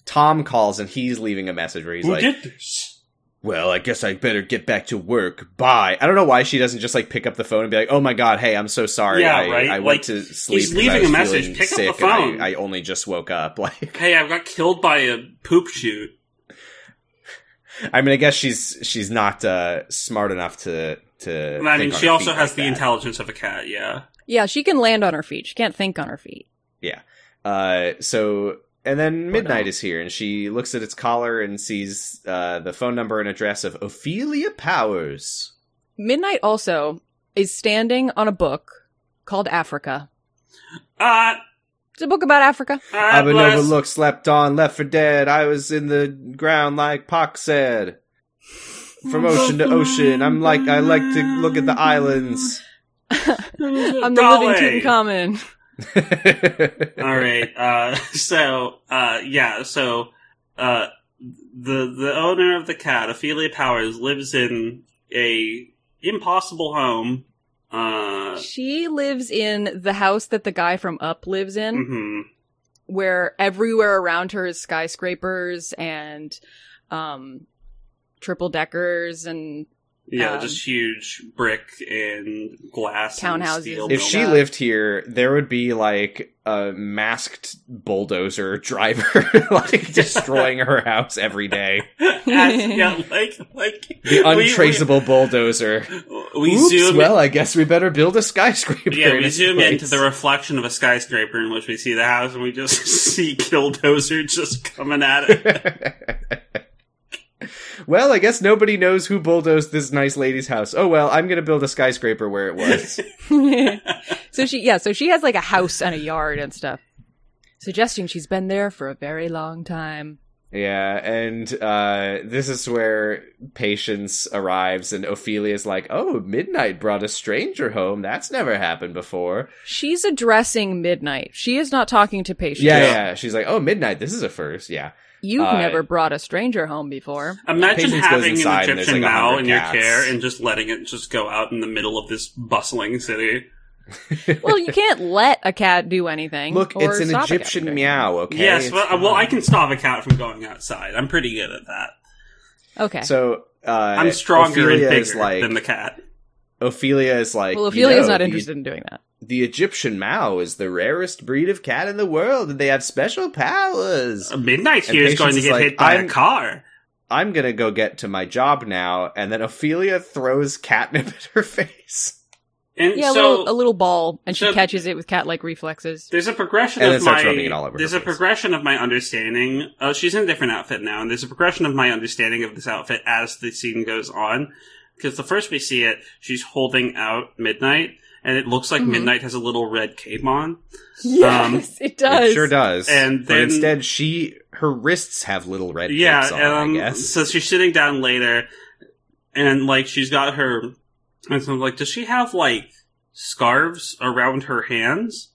tom calls and he's leaving a message where he's
Who
like
did this?
well i guess i better get back to work bye i don't know why she doesn't just like pick up the phone and be like oh my god hey i'm so sorry
Yeah,
i,
right?
I
Like,
went to sleep 'cause I
leaving
was
a message.
feeling
Pick up the
sick and I-
phone."
I, only just woke up like
Hey, I got killed by a poop shoot.
i mean i guess she's she's not uh smart enough to to
And I mean,
think on
she
her
also
feet
has
like
the
that.
intelligence of a cat. Yeah.
yeah she can land on her feet she can't think on her feet
Uh, so and then midnight
uh,
no.
is here, and she looks at its collar and sees uh, the phone number and address of Ophelia Powers.
midnight also is standing on a book called africa
Uh,
it's a book about africa
I've
I've
been overlooked, slept on, left for dead. I was in the ground like Pac said. From ocean to ocean, I'm like I like to look at the islands.
i'm
I'm
the living tutankhamun
All right. Uh, so uh, yeah. So uh, the the owner of the cat, Ophelia Powers, lives in a impossible home. Uh,
she lives in the house that the guy from up lives in
mhm.
where everywhere around her is skyscrapers and um triple deckers and
Yeah,
Um,
just huge brick and glass
Townhouses
And steel
If
Oh
she
God.
lived here, there would be like a masked bulldozer driver like destroying her house every day.
buildings. As- yeah, like like
The
we- we-
untraceable bulldozer.
We,
Oops,
zoom.
well, I guess we better build a skyscraper.
yeah, we
this
zoom
place.
into the reflection of a skyscraper in which we see the house, and we just see Killdozer just coming at it.
well, I guess nobody knows who bulldozed this nice lady's house. Oh well, I'm gonna build a skyscraper where it was.
so she yeah so she has like a house and a yard and stuff suggesting she's been there for a very long time
yeah, and uh, this is where patience arrives, and Ophelia's like, "Oh, midnight brought a stranger home. That's never happened before."
she's addressing midnight she is not talking to patients
Yeah, yeah. She's like, "Oh, midnight. This is a first. Yeah.
you've
Uh,
never brought a stranger home before
Imagine
Patience goes
having
inside
an
and there's,
Egyptian
like, a
Mao
hundred
in your
cats.
care and just letting it just go out in the middle of this bustling city.
well you can't let a cat do anything
Look,
or
it's an
stop a cat from
Egyptian
doing
meow. Okay.
yes,
It's
well, well, I
fine.
can stop a cat from going outside. I'm pretty good at that.
it. okay
So uh,
I'm stronger
Ophelia
and
is
bigger
like,
than the cat.
Ophelia is like.
well
you
ophelia's
know,
not
the-
interested in doing that
The Egyptian Mao is the rarest breed of cat in the world, and they have special powers.
A midnight
And
here is
Patience
going to
is
get
like,
hit by
I'm-
a car.
I'm gonna go get to my job now, and then Ophelia throws catnip at her face.
And
Yeah, a
so
little a little ball, and she
so-
catches it with cat like reflexes.
there's a progression
And
of
then starts
my
rubbing it all over her
there's a
face.
progression of my understanding. Uh, she's in a different outfit now, and there's a progression of my understanding of this outfit as the scene goes on. Because the first we see it, she's holding out Midnight, and it looks like
Mhm.
Midnight has a little red cape on.
Yes, it does.
Um, It sure does.
And
but
then-
instead, she her wrists have little red
yeah,
tapes on.
um,
I guess.
so she's sitting down later, and like she's got her, and so I'm like, does she have like scarves around her hands?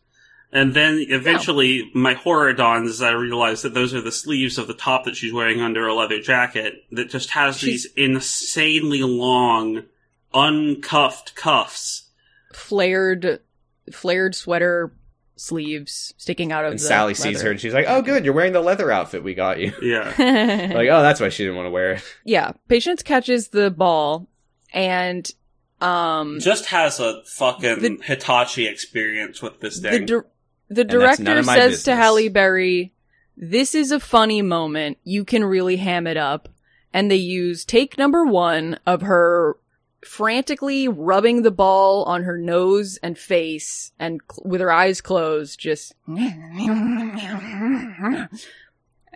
And then eventually, my horror dawns as I realize that those are the sleeves of the top that she's wearing under a leather jacket that just has
She's-
these insanely long, uncuffed cuffs.
Flared, flared sweater sleeves sticking out of.
and
the
Sally sees her and she's like, "Oh, good, you're wearing the leather outfit we got you."
Yeah.
her.
like, oh, that's why she didn't want to wear it.
yeah, patience catches the ball, and um,
Just has a fucking
The-
Hitachi experience with this
the
thing.
dir- the
that's none
director
of my
says to
business.
Halle Berry, "This is a funny moment. You can really ham it up." And they use take number one of her frantically rubbing the ball on her nose and face, and cl- with her eyes closed, just. and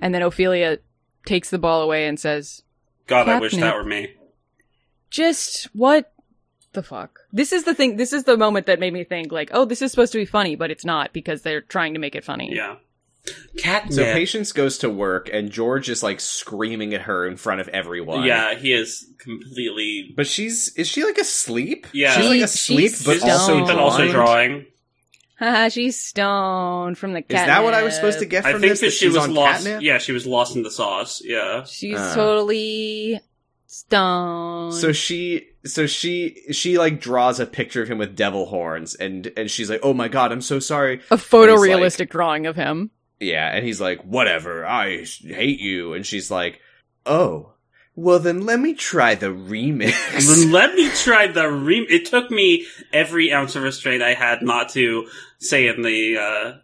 then Ophelia takes the ball away and says,
God, I wish
Catnip.
that were me.
just what the fuck this is the thing this is the moment that made me think like oh this is supposed to be funny but it's not because they're trying to make it funny
Yeah. Catnip.
So Patience goes to work, and George is like screaming at her in front of everyone.
Yeah, he is completely.
but she's is she like asleep?
Yeah.
she's like
She-
asleep,
she's
but
He's
also
stoned.
but also
drawn.
drawing.
haha she's stoned from the
Is
cat
that what I was supposed to get
I
from
think
this?
that she
she's
was
on
lost.
catnip?
Yeah, she was lost in the sauce. Yeah,
she's
Uh.
totally stoned
So she, so she, she like draws a picture of him with devil horns, and and she's like, "Oh my god, I'm so sorry."
a
photorealistic
photorealistic drawing of him
Yeah, and he's like, "Whatever, I s- hate you," and she's like, "Oh, well then let me try the remix."
let me try the rem. It took me every ounce of restraint I had not to say in the uh,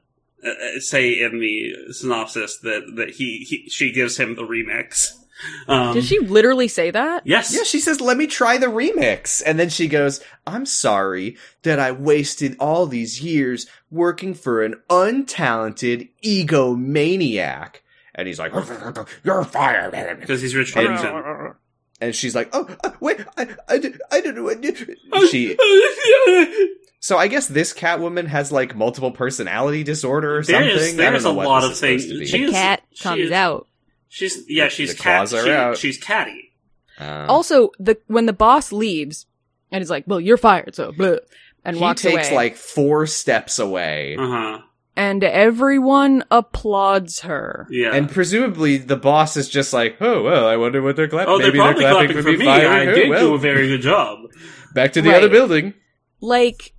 uh, say in the synopsis that that he, he she gives him the remix. Um,
did she literally say that
Yes.
yeah, she says, "Let me try the remix," and then she goes, "I'm sorry that I wasted all these years working for an untalented egomaniac," and he's like, "You're fired."
because he's Rich
And-
Richardson.
and she's like, "Oh, uh, wait, I, I, di- I don't know." I di-" She,
there
so I guess this Catwoman has like multiple personality disorder or something.
is
I don't
there is
know
a
what
lot
this
of
is
things.
supposed to be.
She is-
cat
she
comes
is-
out
She's yeah.
The-
She's
the
cat.
claws are
she-
out.
She's catty.
Um,
also the when the boss leaves and is like well you're fired so blah, and
he
walks
takes
away
like four steps away,
Uh huh.
and everyone applauds her
Yeah.
and presumably the boss is just like, "Oh well, I wonder what they're clapping.
oh, they're
Maybe
probably
they're
clapping,
clapping,
for me. I
firing her.
did do
Well,
a very good job.
back to the
Right.
other building."
Like,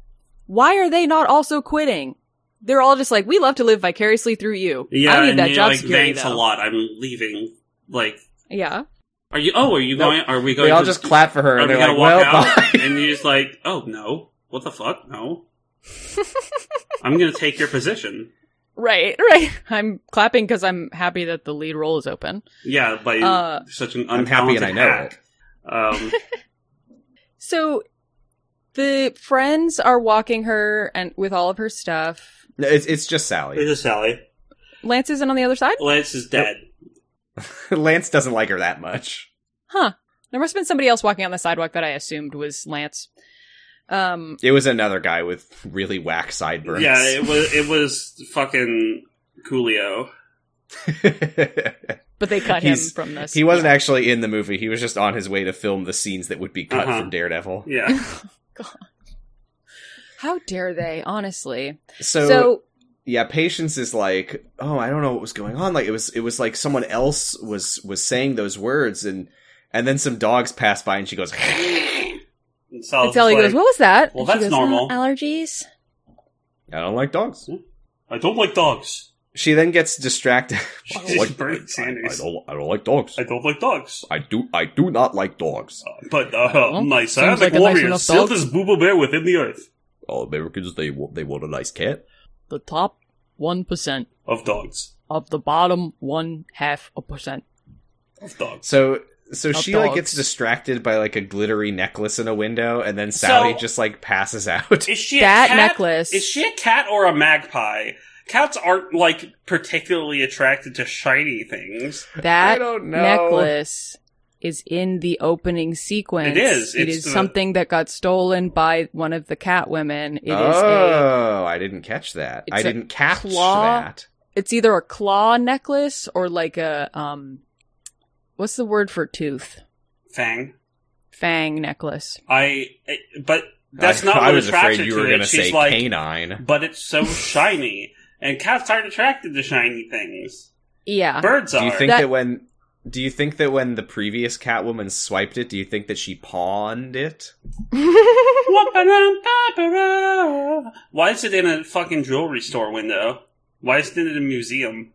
why are they not also quitting? They're all just like, we love to live vicariously through you.
Yeah,
I need
and
that
you're
job
like,
security
Thanks
though.
a lot. I'm leaving. Like,
Yeah,
are you? Oh, are you
No.
going? Are we going?
They all
to,
just clap for her,
Are
and
we
they're
gonna
like,
walk
"Well,
out?"
bye."
and you're just like, oh no, what the fuck? No, I'm gonna take your position.
right, right. I'm clapping because I'm happy that the lead role is open.
Yeah, by
Uh,
such an untalented
I'm happy and I know
hack. Um,
So the friends are walking her and with all of her stuff.
No, It's, it's just
this
Sally.
is Sally.
Lance isn't on the other side.
Lance is dead.
Lance doesn't like her that much.
There must have been somebody else walking on the sidewalk that I assumed was Lance. Um,
It was another guy with really whack sideburns.
Yeah, it was. It was fucking Coolio.
but they cut him
He's-
from this.
he wasn't
Yeah.
actually in the movie. He was just on his way to film the scenes that would be cut
Uh-huh.
from Daredevil.
Yeah,
How dare they? Honestly.
So,
so
yeah, Patience is like, oh, I don't know what was going on. Like it was, it was like someone else was was saying those words, and and then some dogs pass by, and she goes, I
and
And
Sally's
Sally
like,
goes, "What was that?"
Well,
And she
that's
goes, "Uh,
normal."
allergies.
don't like dogs.
I don't like dogs.
She then gets distracted.
She's
I don't like-
Bernie
I- I-
Sanders.
I don't, I don't like dogs.
I don't like dogs.
I do, I do not like dogs.
But uh,
Well,
my
sounds like a
psionic
nice
warrior
enough
still
dog.
this booble bear within the earth
All Americans, they want, they want a nice cat.
The top one percent
of dogs.
of the bottom one half a percent.
Of dogs.
So So
Of
she like
dogs.
gets distracted by like a glittery necklace in a window, and then Sally
So-
just like passes out.
Is she
That
a cat?
necklace.
Is she a cat or a magpie? Cats aren't like particularly attracted to shiny things.
That
don't know.
necklace is in the opening sequence.
It is.
It
It's
is
the-
something that got stolen by one of the cat women. It is a
oh, I didn't catch that. I
It's a
didn't catch
claw-
that.
it's either a claw necklace or like a um what's the word for tooth?
Fang.
Fang necklace.
I. it- But that's
I,
not
I
what
was
attracted
afraid you
to
were
it.
going to
She's
say
like,
canine.
but it's so shiny, and cats aren't attracted to shiny things.
Yeah.
Birds
Do you
are.
think
That-
that, when? Do you think that when the previous Catwoman swiped it, do you think that she pawned it?
Whoop-a-dum-ba-ba-da. Why is it in a fucking jewelry store window? Why is it in a museum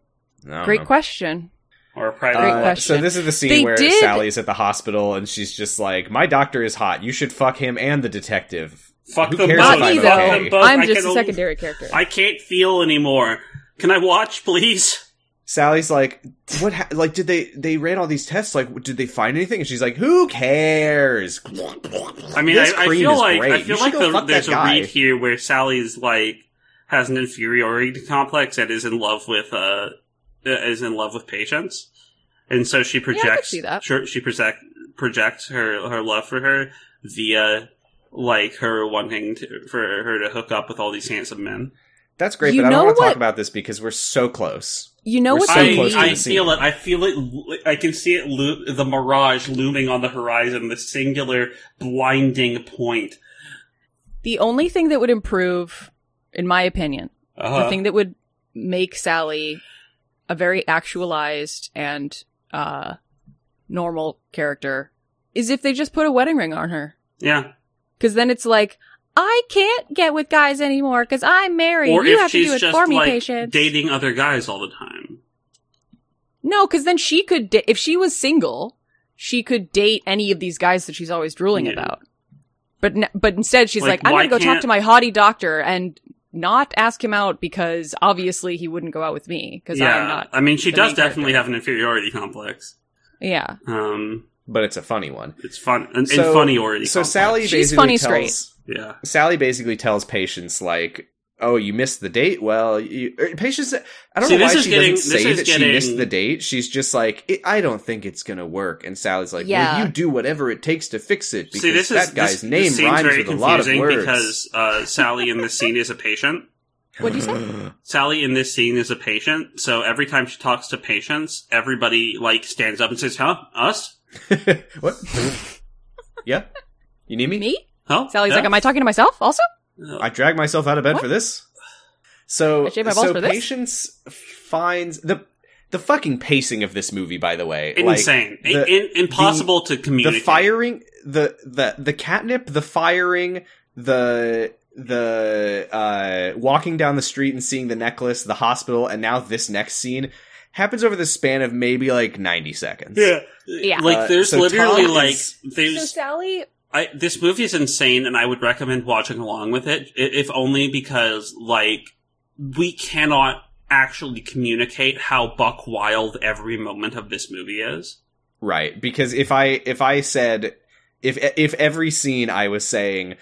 No,
Great question.
or a private?
Great
Uh,
one?
question.
So this is the scene
They
where
did-
Sally's at the hospital and she's just like, "My doctor is hot. You should fuck him and the detective."
Fuck
who
them
cares
both.
if
Not
I'm
me
Fuck
though.
them
okay?
both.
I'm
I
just
can
a
only-
secondary character.
I can't feel anymore. Can I watch, please?
Sally's like, "What? Ha- like, did they they ran all these tests? Like, did they find anything?" And she's like, "Who cares?"
I mean, I, I feel like I feel like the, there's a read here where Sally is like has an inferiority complex and is in love with uh is in love with patience, and so she
could
projects
see that.
Sure, she project, projects her her love for her via like her wanting to, for her to hook up with all these handsome men.
That's great,
You
but I
know
don't want to
what-
talk about this because we're so close.
you know
We're
what
so
they
I,
close to
I
the
need?
scene.
feel it. I feel it. lo- I can see it. Lo- the mirage looming on the horizon, the singular blinding point.
The only thing that would improve, in my opinion, the
Uh-huh.
thing that would make Sally a very actualized and uh normal character is if they just put a wedding ring on her.
yeah.
Because then it's like, I can't get with guys anymore because I'm married.
or
you
if
have to
she's
do it
just
for me,
like
patient.
dating other guys all the time.
no, because then she could, da- if she was single, she could date any of these guys that she's always drooling
Yeah.
about. But n- but instead, she's
Like,
like, I'm
why
going to go talk
can't-
to my haughty doctor and not ask him out because obviously he wouldn't go out with me because I'm not.
I mean, she
the
does
main
definitely
character.
have an inferiority complex.
Yeah.
Um,
But it's a funny one.
it's fun and,
So-
and funniority.
So
complex.
Sally
She's
basically
funny
tells
straight.
yeah,
Sally basically tells Patience like, "Oh, you missed the date." Well, you, er, Patience, I don't
See,
know why
this is
she
getting-
doesn't
this
say
is
that
getting-
she missed the date. She's just like, "I- "I don't think it's gonna work." And Sally's like,
Yeah.
"Well, you do whatever it takes to fix it because
see, this
that
is
guy's
this,
name
this scene's
rhymes
very
with a lot of
confusing
words."
because uh, Sally in this scene is a patient.
What'd you say?
Sally in this scene is a patient, so every time she talks to patients, everybody like stands up and says, "Huh, us?
what? yeah, you need me?
me?
Huh?"
Sally's
Yeah?
like, am I talking to myself also?
I dragged myself out of bed
What?
for this. So,
I shaved my balls
so
for this?
Patience finds the the fucking pacing of this movie. By the way, like,
insane,
the-
In- impossible to
the
communicate.
firing the the the catnip the firing the the uh walking down the street and seeing the necklace the hospital and now this next scene happens over the span of maybe like 90 seconds
Yeah,
Yeah.
Uh,
Like there's
so
literally
Tom
like
is-
So
there's
Sally,
I, this movie is insane, and I would recommend watching along with it, i- if only because, like, we cannot actually communicate how buck wild every moment of this movie is.
right because if i if i said if if every scene i was saying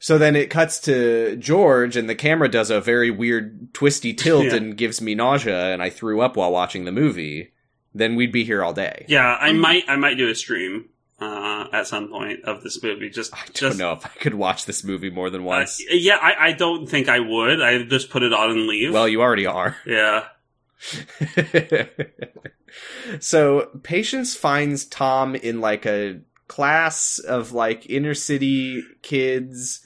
so then it cuts to george and the camera does a very weird twisty tilt
Yeah.
and gives me nausea and i threw up while watching the movie then we'd be here all day
Yeah, I
Um,
Mhm.
might, I might do a stream uh, at some point of this movie. Just,
I don't
just,
know if I could watch this movie more than
uh,
once.
yeah, I, I don't think I would. I just put it on and leave.
well, you already are.
yeah,
so, Patience finds Tom in like a class of like inner city kids.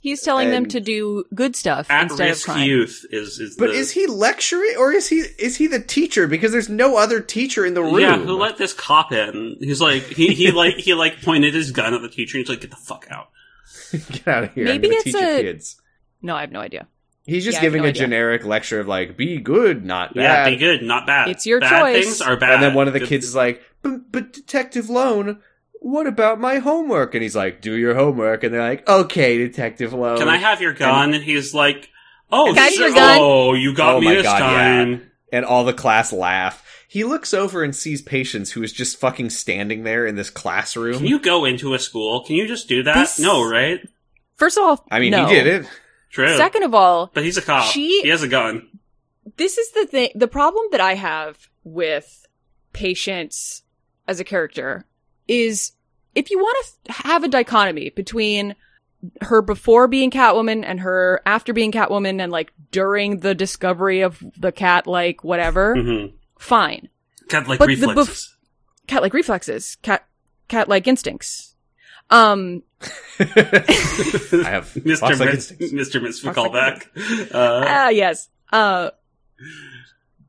he's telling them
And-
to do good stuff instead of
at-risk
crime.
youth is is
But
the,
is he lecturing or is he is he the teacher because there's no other teacher in the room?
Yeah, who let this cop in? He's like he, he like he like pointed his gun at the teacher. and He's like, "Get the fuck out!"
Get out of here.
Maybe
I'm gonna
it's
teach
a-
your kids.
No, I have no idea.
He's just
Yeah, I have
giving
no
a
idea.
generic lecture of like be good, not
Yeah,
bad.
be good, not bad.
It's your
bad
choice.
Things are bad.
And then one of the
Good-
kids is like, but, but Detective Lone, what about my homework? And he's like, do your homework. And they're like, okay, Detective Lone.
Can I have your gun? And, he's like, Oh,
Can I have
sure-
your gun?
oh, you got
Oh
me
my
this
God, yeah.
time.
and all the class laugh. He looks over and sees Patience, who is just fucking standing there in this classroom.
Can you go into a school? Can you just do that?
This-
No, right?
First of all,
I mean,
no.
he did it.
True.
Second of all,
but he's a cop.
She-
He has a gun.
this is the thing the problem that i have with patience as a character is if you want to th- have a dichotomy between her before being catwoman and her after being catwoman and like during the discovery of the cat like whatever
hmm
fine
Got like
But the
reflexes.
cat like reflexes cat cat like instincts um
I have
Mr.
lots of
Mitz,
instincts.
Mr. Mitz for
Fox like
callback. Uh,
ah yes uh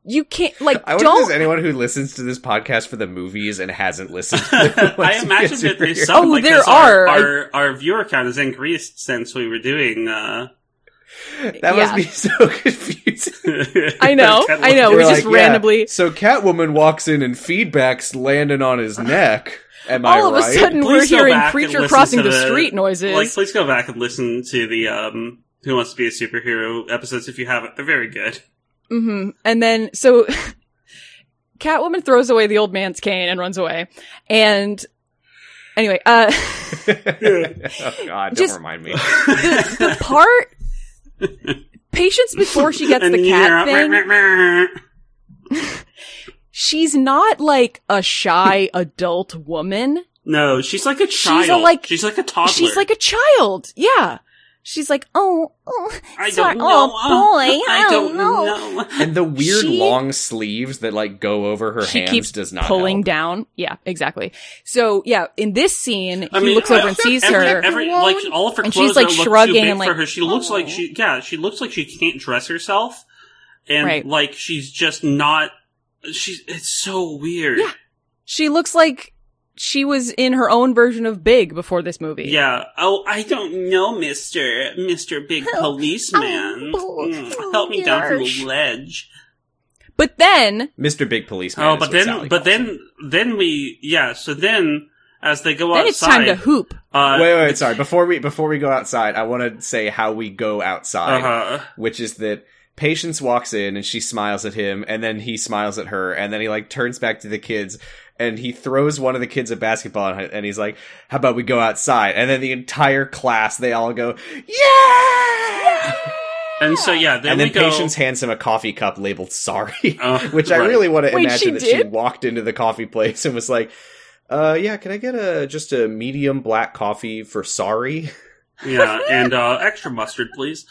you can't like
I wonder if
don't
there's anyone who listens to this podcast for the movies and hasn't listened. To the
I
ones who
imagine
get
that there's
superhero-
some
Oh,
like
there
this.
are.
Our, our our viewer count has increased since we were doing. Uh,
that must
yeah.
be so confusing.
I know, I know.
We're
we just
yeah,
randomly-
so Catwoman walks in and feedback's landing on his neck. Am I
all of
right?
a sudden
Please
we're
go
hearing
back and
creature
listen
crossing
to
the,
the-
street noises
Like, please go back and listen to the um, "Who Wants to Be a Superhero" episodes if you haven't. They're very good.
hmm And then, so Catwoman throws away the old man's cane and runs away. And anyway, uh,
oh God! Don't
Just-
remind me.
the, the part patience before she gets
And
the
you
cat
hear, "Meh,
thing,
meh, meh."
she's not like a shy adult woman.
No, she's like a
She's
child.
a, like-
she's like a toddler.
She's like a child. Yeah. She's like, oh, oh,
I
sorry.
don't
oh
know. uh,
boy,
I don't
know.
know.
And the weird
She-
long sleeves that like go over her
she
hands
keeps
does not
pulling
help.
down. Yeah, exactly. So yeah, in this scene,
I
he
mean,
looks
I-
over and sees
every-
her.
every- like all of her
And
clothes
she's, like,
are, look, too
shrugging
big
and, like,
for her. She looks like
"Oh."
she yeah, she looks like she can't dress herself, and
Right.
like she's just not. She's it's so weird.
Yeah. She looks like she was in her own version of Big before this movie.
Yeah. Oh, I don't know, Mister Mister Big
Help.
Policeman.
Oh,
Mm,
oh,
Help me down from
gosh.
the ledge.
But then,
Mr. Big Policeman.
Oh,
is
but
what
then,
Sally
but
calls him.
then, then we yeah. So then, as they go
then it's time
outside,
to hoop.
uh,
wait, wait, wait, sorry. Before we before we go outside, I want to say how we go outside,
uh-huh.
which is that Patience walks in and she smiles at him, and then he smiles at her, and then he like turns back to the kids. And he throws one of the kids a basketball, and- and he's like, "How about we go outside?" And then the entire class, they all go, "Yeah!"
and so yeah. Then
and
we
then
go,
Patience hands him a coffee cup labeled "Sorry,"
Oh,
which I
right.
really want to
Wait,
imagine
she
that she
did?
walked into the coffee place and was like, "Uh, yeah, can I get a just a medium black coffee for sorry?"
yeah, and uh, extra mustard, please.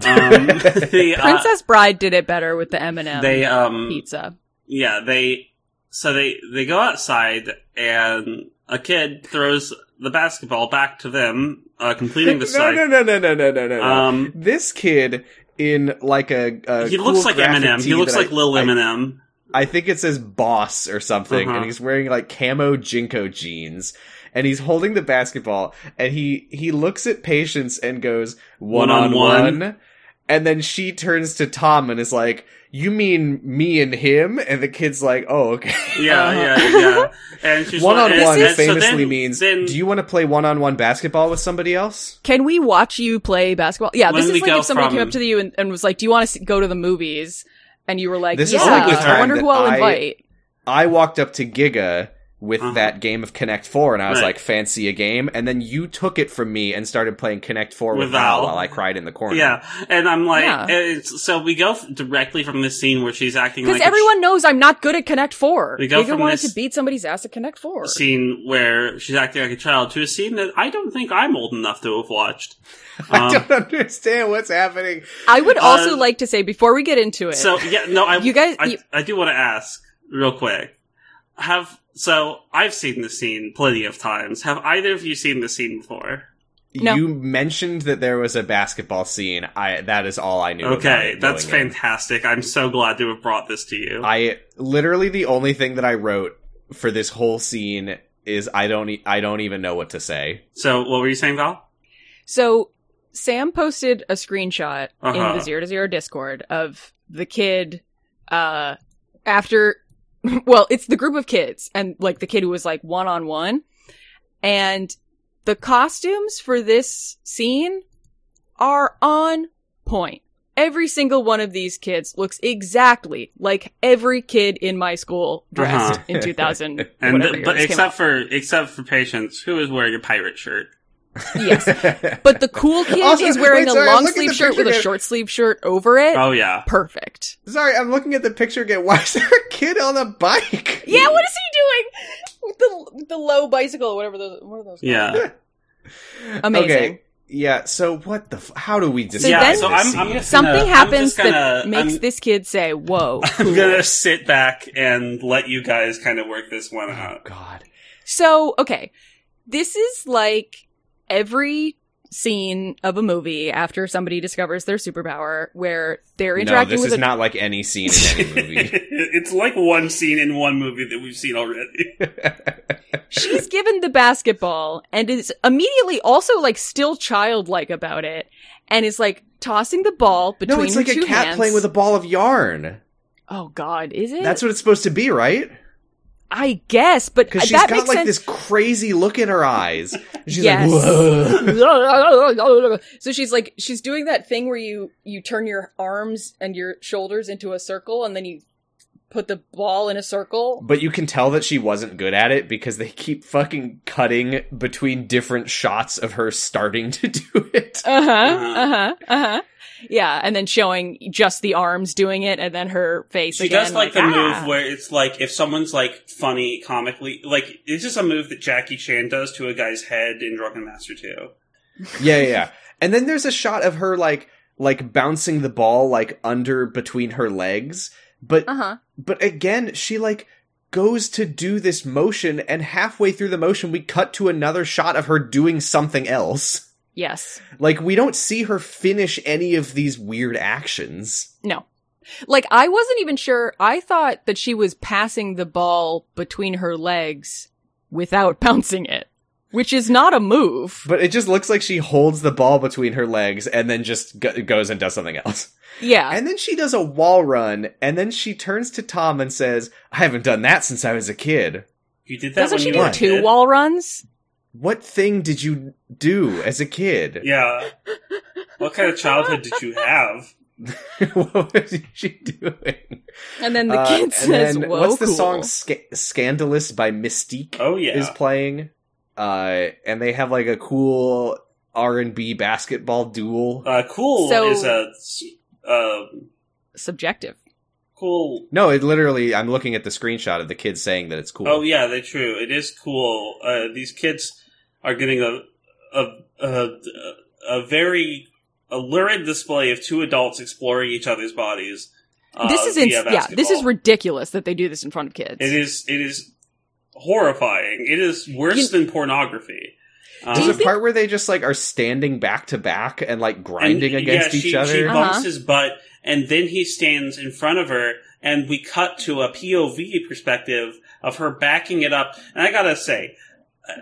Um, the, uh,
Princess Bride did it better with the M and m
they um
pizza.
yeah they so they they go outside and a kid throws the basketball back to them, uh, completing the
no,
side.
no, no, no, no, no, no, no.
Um,
this kid in like a, a
he
cool
looks like
graphic
Eminem.
tee
He looks
that
like
I,
Lil
I-
Eminem.
I think it says boss or something,
Uh-huh.
and he's wearing like camo jinko jeans, and he's holding the basketball, and he he looks at patience and goes one on
One-on-one.
one, and then she turns to Tom and is like, "You mean me and him?" And the kid's like, "Oh, okay."
Yeah,
Uh-huh.
yeah, yeah. And she's
One on one
and- and so
famously
then-
means,
then
"Do you want to play one on one basketball with somebody else?"
Can we watch you play basketball? Yeah,
When
this
we
is like
go
if somebody came
from-
up to you and, and was like, "Do you want to go to the movies?" And you were like,
This is
"Yeah,
like the
I wonder
time
who
that
I'll
I-
invite."
I walked up to Giga with
Uh-huh.
that game of Connect Four, and I was
Right.
like, "Fancy a game?" And then you took it from me and started playing Connect Four with,
With
Val
Val.
while I cried in the corner.
Yeah, and I'm like,
Yeah.
and it's, so we go f- directly from this scene where she's acting
Because
like a ch-
everyone knows I'm not good at Connect Four.
We go
Giga
from
wanted
this-
to beat somebody's ass at Connect Four.
scene where she's acting like a child to a scene that I don't think I'm old enough to have watched.
I
Um,
don't understand what's happening.
I would also
Uh,
like to say before we get into it,
so yeah, no, I
You guys-
I,
you-
I do want to ask real quick. Have so I've seen this scene plenty of times. Have either of you seen this scene before?
No.
You mentioned that there was a basketball scene. I that is all I knew. about
Okay,
it
that's
going in.
fantastic. I'm so glad to have brought this to you.
I literally the only thing that I wrote for this whole scene is I don't e- I don't even know what to say.
so what were you saying, Val?
So Sam posted a screenshot in
Uh-huh.
the zero to zero Discord of the kid uh after well, it's the group of kids and like the kid who was like one on one. And the costumes for this scene are on point. every single one of these kids looks exactly like every kid in my school dressed
Uh-huh.
in 2000.
And
whatever
th-
year
but
this came
except
out.
for except for patients, who is wearing a pirate shirt?
yes, but the cool kid
Also-
is wearing
wait, sorry,
a
I'm
long
looking at
sleeve
the
shirt with a
picture again.
short sleeve shirt over it.
Oh yeah,
Perfect.
Sorry, I'm looking at the picture again. Why is there a kid on a bike?
Yeah, what is he doing? With the the low bicycle, whatever those. What are those? called?
yeah,
amazing.
Okay. Yeah. So what the? F- how do we describe
yeah.
then-
So
this
I'm, I'm
scene?
just
Something
gonna- I'm
happens
just gonna-
that makes
I'm-
this kid say, "Whoa."
I'm gonna sit back and let you guys kind of work this one
Mm-hmm.
out.
God.
So, okay. This is like every scene of a movie after somebody discovers their superpower where they're
No,
interacting
this
with
is
a
not like any scene in any movie.
it's like one scene in one movie that we've seen already.
she's given the basketball and is immediately also like still childlike about it and is like tossing the ball between
no, it's
her
like a
two
cat
hands.
playing with a ball of yarn.
Oh god, is it?
That's what it's supposed to be, right?
I guess, but
Because she's
that
got
makes
like
sense.
this crazy look in her eyes. And She's
Yes.
like, Whoa.
so she's like she's doing that thing where you you turn your arms and your shoulders into a circle and then you put the ball in a circle
But you can tell that she wasn't good at it because they keep fucking cutting between different shots of her starting to do it.
uh-huh
Uh-huh.
uh-huh uh-huh yeah and then showing just the arms doing it and then her face
She
again
does like the
ah.
move where it's like if someone's like funny comically, like it's just a move that Jackie Chan does to a guy's head in Drunken Master Two.
yeah, yeah, yeah. And then there's a shot of her like like bouncing the ball like under between her legs, but
uh-huh
but again, she like goes to do this motion and halfway through the motion we cut to another shot of her doing something else.
yes
Like we don't see her finish any of these weird actions.
no like i wasn't even sure i thought that she was passing the ball between her legs without bouncing it which is not a move
But it just looks like she holds the ball between her legs and then just go- goes and does something else.
yeah
And then she does a wall run and then she turns to Tom and says, "I haven't done that since I was a kid."
You did that
Doesn't
when
she
you
do
were a
want
two
kid?
wall runs?
What thing did you do as a kid?
Yeah. What kind of childhood did you have?
what was she doing?
And then the
Uh,
kid
and
says,
then
Whoa,
what's the
cool."
song Sca- "Scandalous" by Mystique?
Oh, yeah.
is playing, uh, and they have like a cool R and B basketball duel.
Uh, cool
So-
is a s- um,
Subjective.
cool.
no, it literally. I'm looking at the screenshot of the kids saying that it's cool.
Oh yeah, that's true. It is cool. Uh, these kids are getting a a a, a very a lurid display of two adults exploring each other's bodies. uh,
this is
via
ins- yeah, this is
basketball.
ridiculous that they do this in front of kids.
It is it is horrifying. It is worse than pornography. Um,
There's
you
a
think-
part where they just like are standing back to back and like grinding
and,
against
yeah,
each
she,
other.
She bumps
Uh-huh.
his butt, and then he stands in front of her, and we cut to a POV perspective of her backing it up. And I gotta say, uh,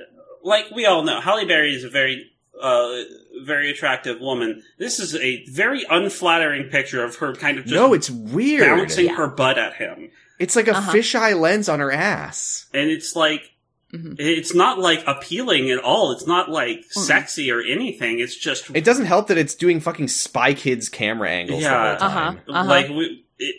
like we all know, Halle Berry is a very, uh, very attractive woman. This is a very unflattering picture of her kind of just
no, it's weird.
bouncing her butt at him,
It's like a
Uh-huh.
fisheye lens on her ass.
and it's like.
Mhm.
It's not like appealing at all. It's not like sexy or anything. It's just
It doesn't help that it's doing fucking Spy Kids camera angles
Yeah.
the whole time.
Uh-huh.
like we, it,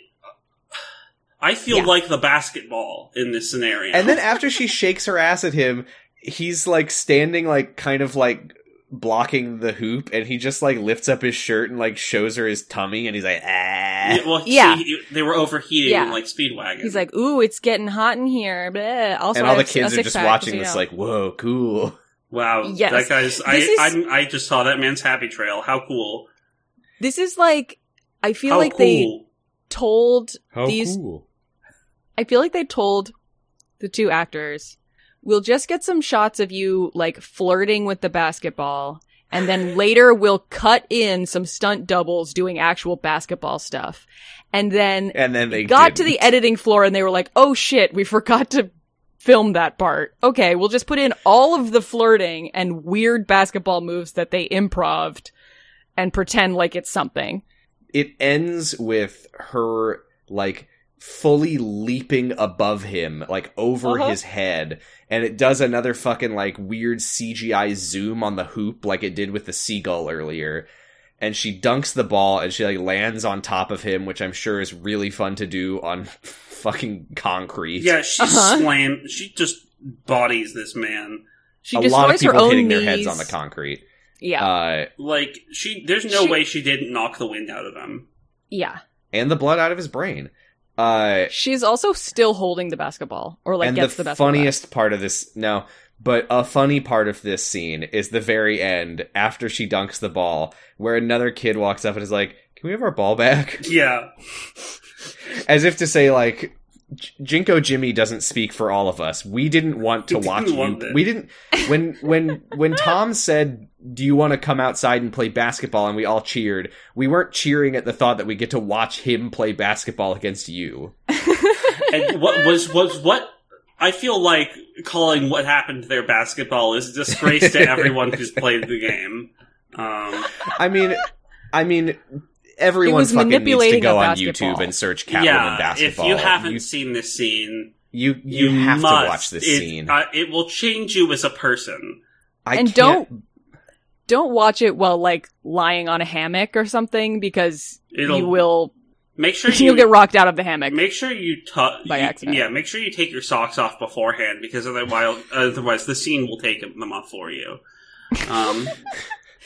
I feel
Yeah.
like the basketball in this scenario.
And then after she shakes her ass at him, he's like standing like kind of like blocking the hoop and he just like lifts up his shirt and like shows her his tummy and he's like ah
Yeah, well,
Yeah.
see, he- they were overheating
Yeah.
like Speedwagon.
He's like, "Ooh, it's getting hot in here." Blah. Also,
and
I
all the
have
kids
a
are
six
just
pack,
watching
so you
this
know.
like whoa cool
"Wow,
Yes.
that guy's." I,
This is-
I'm, I just saw that man's happy trail. How cool!
this is like I feel
How
like they
cool!
told
How
These-
cool
I feel like they told the two actors, "We'll just get some shots of you like flirting with the basketball." And then later we'll cut in some stunt doubles doing actual basketball stuff. And then
and then they
got to
didn't.
the editing floor and they were like, "Oh shit, we forgot to film that part. Okay, we'll just put in all of the flirting and weird basketball moves that they improved and pretend like it's something."
it ends with her like fully leaping above him like over
Uh-huh.
his head and it does another fucking like weird CGI zoom on the hoop like it did with the seagull earlier and she dunks the ball and she like lands on top of him, which I'm sure is really fun to do on fucking concrete.
Yeah, she
Uh-huh.
slam. She just bodies this man.
She
a
destroys
lot of
her
people
own
hitting
knees.
their heads on the concrete.
Yeah,
Uh,
Like she, there's no
She-
way she didn't knock the wind out of him.
yeah.
and the blood out of his brain. Uh,
She's also still holding the basketball, or like
and
gets
the,
the, basketball.
funniest part of this no but a funny part of this scene is the very end after she dunks the ball where another kid walks up and is like can we have our ball back
Yeah,
as if to say like "J- Jinko Jimmy doesn't speak for all of us. We didn't want to
We didn't
watch you.
want that.
We didn't when when when Tom said, "Do you want to come outside and play basketball?" and we all cheered. We weren't cheering at the thought that we get to watch him play basketball against you.
and what was was what? I feel like calling what happened to their basketball is a disgrace to everyone who's played the game. Um,
I mean, I mean, everyone
was
fucking needs to
manipulating
go
a
on
basketball.
YouTube and search Catwoman
yeah, if
basketball.
you haven't
you
seen this scene,
you, you have
must.
to watch this
it,
scene.
uh, it will change you as a person.
I
and
can't-
don't- Don't watch it while like lying on a hammock or something because
It'll
you will
make sure you
you'll get rocked out of the hammock.
Make sure you tu-
By
you-
accident.
Yeah, make sure you take your socks off beforehand because otherwise, otherwise the scene will take them off for you. Um,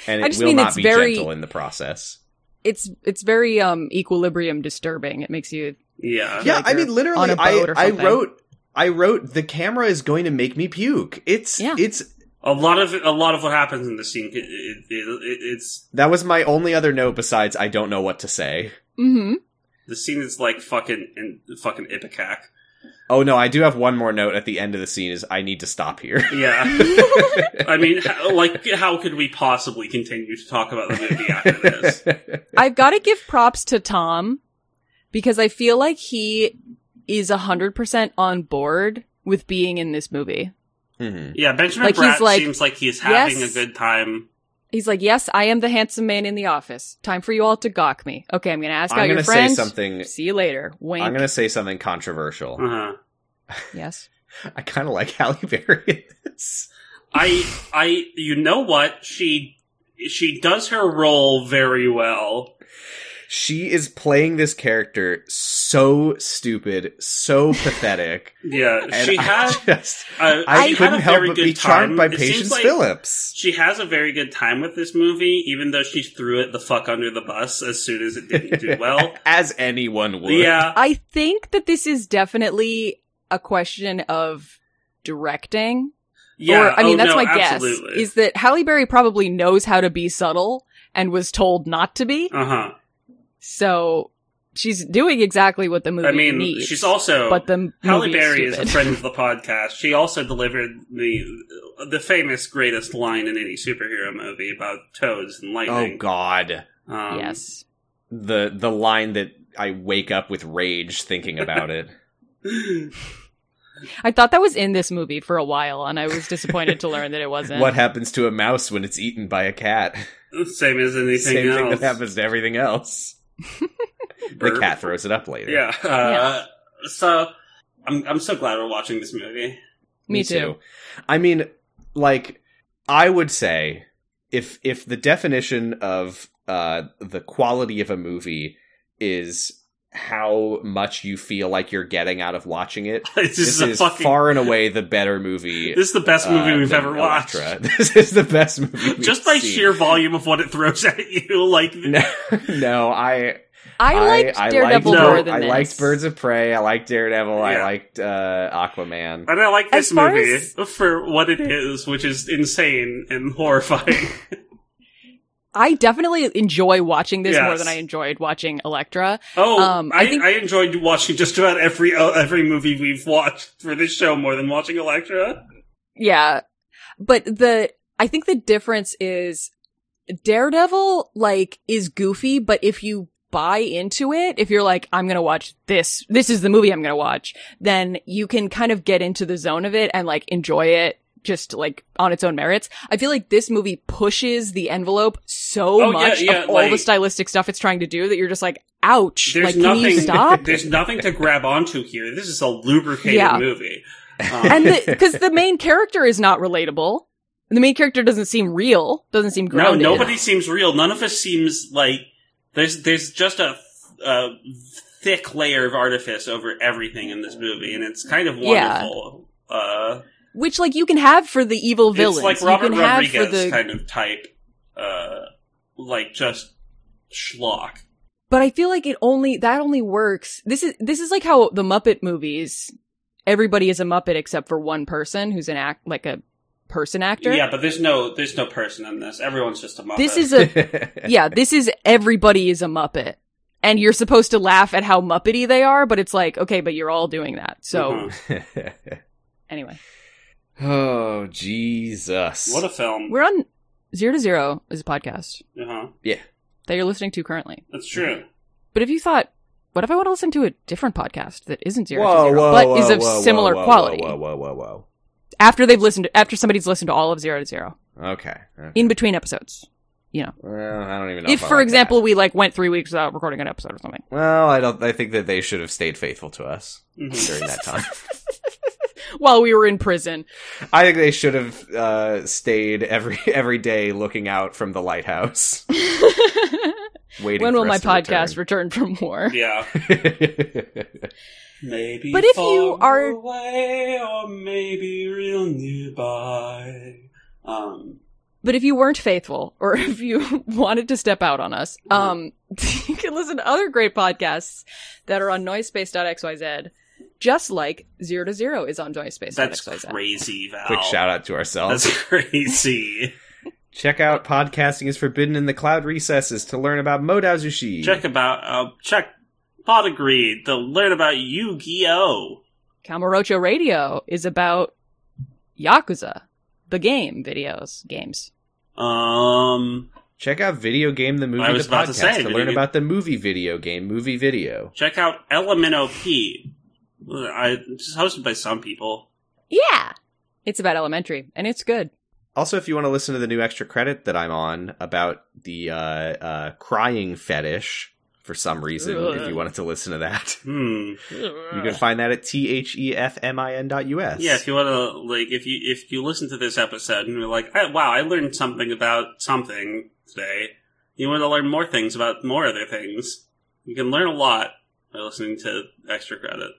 and it
I just
will
mean
not
it's
be
very-
gentle in the process.
It's it's very um equilibrium disturbing. It makes you
yeah,
Yeah,
like
I
you're
mean, literally,
on a
I,
boat or
I
something.
wrote, I wrote, the camera is going to make me puke. It's,
Yeah.
it's.
a lot of a lot of what happens in the scene, it, it, it, it's
That was my only other note besides I don't know what to say.
Mhm.
the scene is like fucking and fucking ipecac.
Oh no, I do have one more note at the end of the scene. Is I need to stop here.
Yeah, I mean, how, like how could we possibly continue to talk about the movie after this?
Hmm.
I've got to give props to Tom because I feel like he is 100% on board with being in this movie.
Mhm.
Yeah, Benjamin
Like, he's
Bratt
like,
seems like he's having
yes.
a good time.
He's like, "Yes, I am the handsome man in the office. Time for you all to gawk me. Okay, I'm going to ask out
I'm
your
gonna
friends.
say something.
See you later. Wink.
I'm gonna say something controversial.
Uh-huh.
Yes.
I kind of like Halle Berry in this.
I I you know what she she does her role very well.
She is playing this character so stupid, so pathetic.
Yeah,
And
she
I
has.
just,
Uh,
I,
she had
couldn't
a
help
very
but
good
be charmed
time.
by
It seems
Patience
like
Phillips.
She has a very good time with this movie, even though she threw it the fuck under the bus as soon as it didn't do well.
As anyone would.
yeah,
I think that this is definitely a question of directing.
yeah.
or, I mean,
oh,
that's
no,
my guess.
absolutely.
Is that Halle Berry probably knows how to be subtle and was told not to be.
uh huh.
So she's doing exactly what the movie
I mean,
needs.
she's also
but the
Halle
movie
Berry
is,
is a
stupid.
friend of the podcast. She also delivered the the famous greatest line in any superhero movie about toads and
Oh
lightning.
God.
Um,
yes,
The the line that I wake up with rage thinking about it.
I thought that was in this movie for a while, and I was disappointed to learn that it wasn't.
what happens to a mouse when it's eaten by a cat?
Same as anything
Same
else.
thing that happens to everything else. the
Burp.
cat throws it up later.
Yeah. Uh, So I'm I'm so glad we're watching this movie.
Me too.
I mean, like, I would say if if the definition of uh the quality of a movie is how much you feel like you're getting out of watching it,
This,
this,
is, a
is
fucking.
far and away the better movie.
this is the best
uh,
movie we've
than
ever watched.
Elektra. This is the best movie. We've
Just by
seen.
sheer volume of what it throws at you, like
No, no, I
I liked
I,
Daredevil
liked-
more
no,
than
I
this.
liked Birds of Prey. I liked Daredevil. I
Yeah.
liked uh, Aquaman.
and I like
As
this
far
movie
as-
for what it is, which is insane and horrifying.
I definitely enjoy watching this more
Yes.
than I enjoyed watching Elektra.
Oh,
Um,
I,
I
I,
think-
enjoyed watching just about every uh, every movie we've watched for this show more than watching Elektra.
Yeah, but the I think the difference is Daredevil like is goofy, but if you buy into it, if you're like I'm going to watch this, this is the movie I'm going to watch, then you can kind of get into the zone of it and like enjoy it just like on its own merits. I feel like this movie pushes the envelope so
Oh, yeah,
much
yeah,
of all the
like-
stylistic stuff it's trying to do that you're just like ouch,
There's
like
nothing.
can you stop?
There's nothing to grab onto here. This is a lubricated
Yeah.
movie. Um,
and because the, main character is not relatable The main character doesn't seem real. Doesn't seem
No,
grounded.
nobody seems real. None of us seems like there's there's just a, a thick layer of artifice over everything in this movie, and it's kind of
Yeah.
wonderful. Uh,
Which like you can have for the evil villains.
it's like
you
Robert
can have for
Rodriguez
the
kind of type, uh, like just schlock.
but I feel like it only that only works. This is this is like how the Muppet movies. Everybody is a Muppet except for one person who's an act like a person actor.
Yeah, but there's no there's no person in this. Everyone's just a muppet.
This is a yeah. This is everybody is a Muppet, and you're supposed to laugh at how Muppety they are, but it's like okay, but you're all doing that. So
Mhm.
anyway,
oh Jesus!
what a film.
we're on zero to zero is a podcast
uh-huh.
that you're listening to currently.
That's true.
But if you thought, what if I want to listen to a different podcast that isn't zero
Whoa,
to zero
whoa,
but
whoa,
is of
whoa,
similar
whoa, whoa,
quality
Whoa, whoa, whoa, whoa,
after they've listened after somebody's listened to all of zero to zero?
whoa. Okay. okay.
in between episodes. You know,
Well, I don't even know.
if
I
for
like
example we like went three weeks without recording an episode or something,
that. well, I don't. I think that they should have stayed faithful to us
Mhm.
during that time.
while we were in prison,
I think they should have uh, stayed every every day looking out from the lighthouse, waiting.
when
for
will my
us to
podcast return. from war?
Yeah.
return.
Maybe
But if
far
you are-
away or maybe real nearby. Um
But if you weren't faithful, or if you wanted to step out on us,
Mm-hmm.
um, you can listen to other great podcasts that are on noisepace.xyz, just like Zero to Zero is on noisepace.xyz.
that's crazy, Val.
Quick shout out to ourselves.
Oh. That's crazy.
Check out podcasting is forbidden in the cloud recesses to learn about Modauzushi.
check about uh check Pot Agreed to learn about Yu-Gi-Oh!
Camarocho Radio is about Yakuza, the game videos, games.
Um
Check out video game the movie
I was
the
about to
podcast
say,
to
video
learn
game-
about the movie video game movie video.
check out Element OP. I it's hosted by some people.
Yeah. It's about elementary and it's good.
Also, if you want to listen to the new extra credit that I'm on about the uh, uh, crying fetish for some reason,
Ugh.
if you wanted to listen to that,
Hmm.
you can find that at t h e f m i n dot u s.
Yeah, if you want to, like, if you if you listen to this episode and you're like, I, "Wow, I learned something about something today," you want to learn more things about more other things. You can learn a lot by listening to Extra Credit.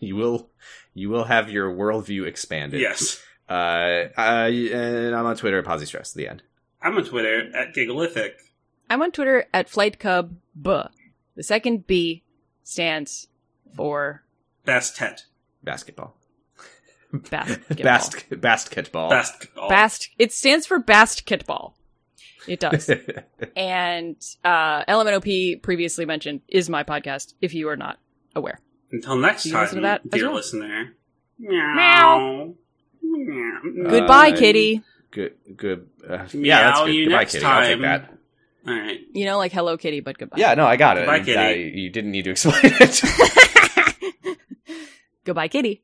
you will, you will have your worldview expanded.
Yes,
Uh, uh, and I'm on Twitter at Posy Stress. The end.
I'm on Twitter at Gigalithic.
I'm on Twitter at Flight Cub B. The second B stands for
Best tet.
Basketball.
basketball.
Bast- basketball.
Basketball.
Bast- it stands for basketball. It does. and uh, LMNOP, previously mentioned, is my podcast, if you are not aware.
Until next
Do you
time,
listen to that as
dear
well?
listener. Meow. Meow.
Goodbye,
Uh,
kitty.
good. Good. Uh, yeah, that's
Meow
good.
you
Goodbye,
next
Kitty.
time.
I'll take that.
All right.
You know, like hello, kitty, but goodbye.
Yeah, no, I got it.
Goodbye, Kitty.
I- you didn't need to explain it.
Goodbye, kitty.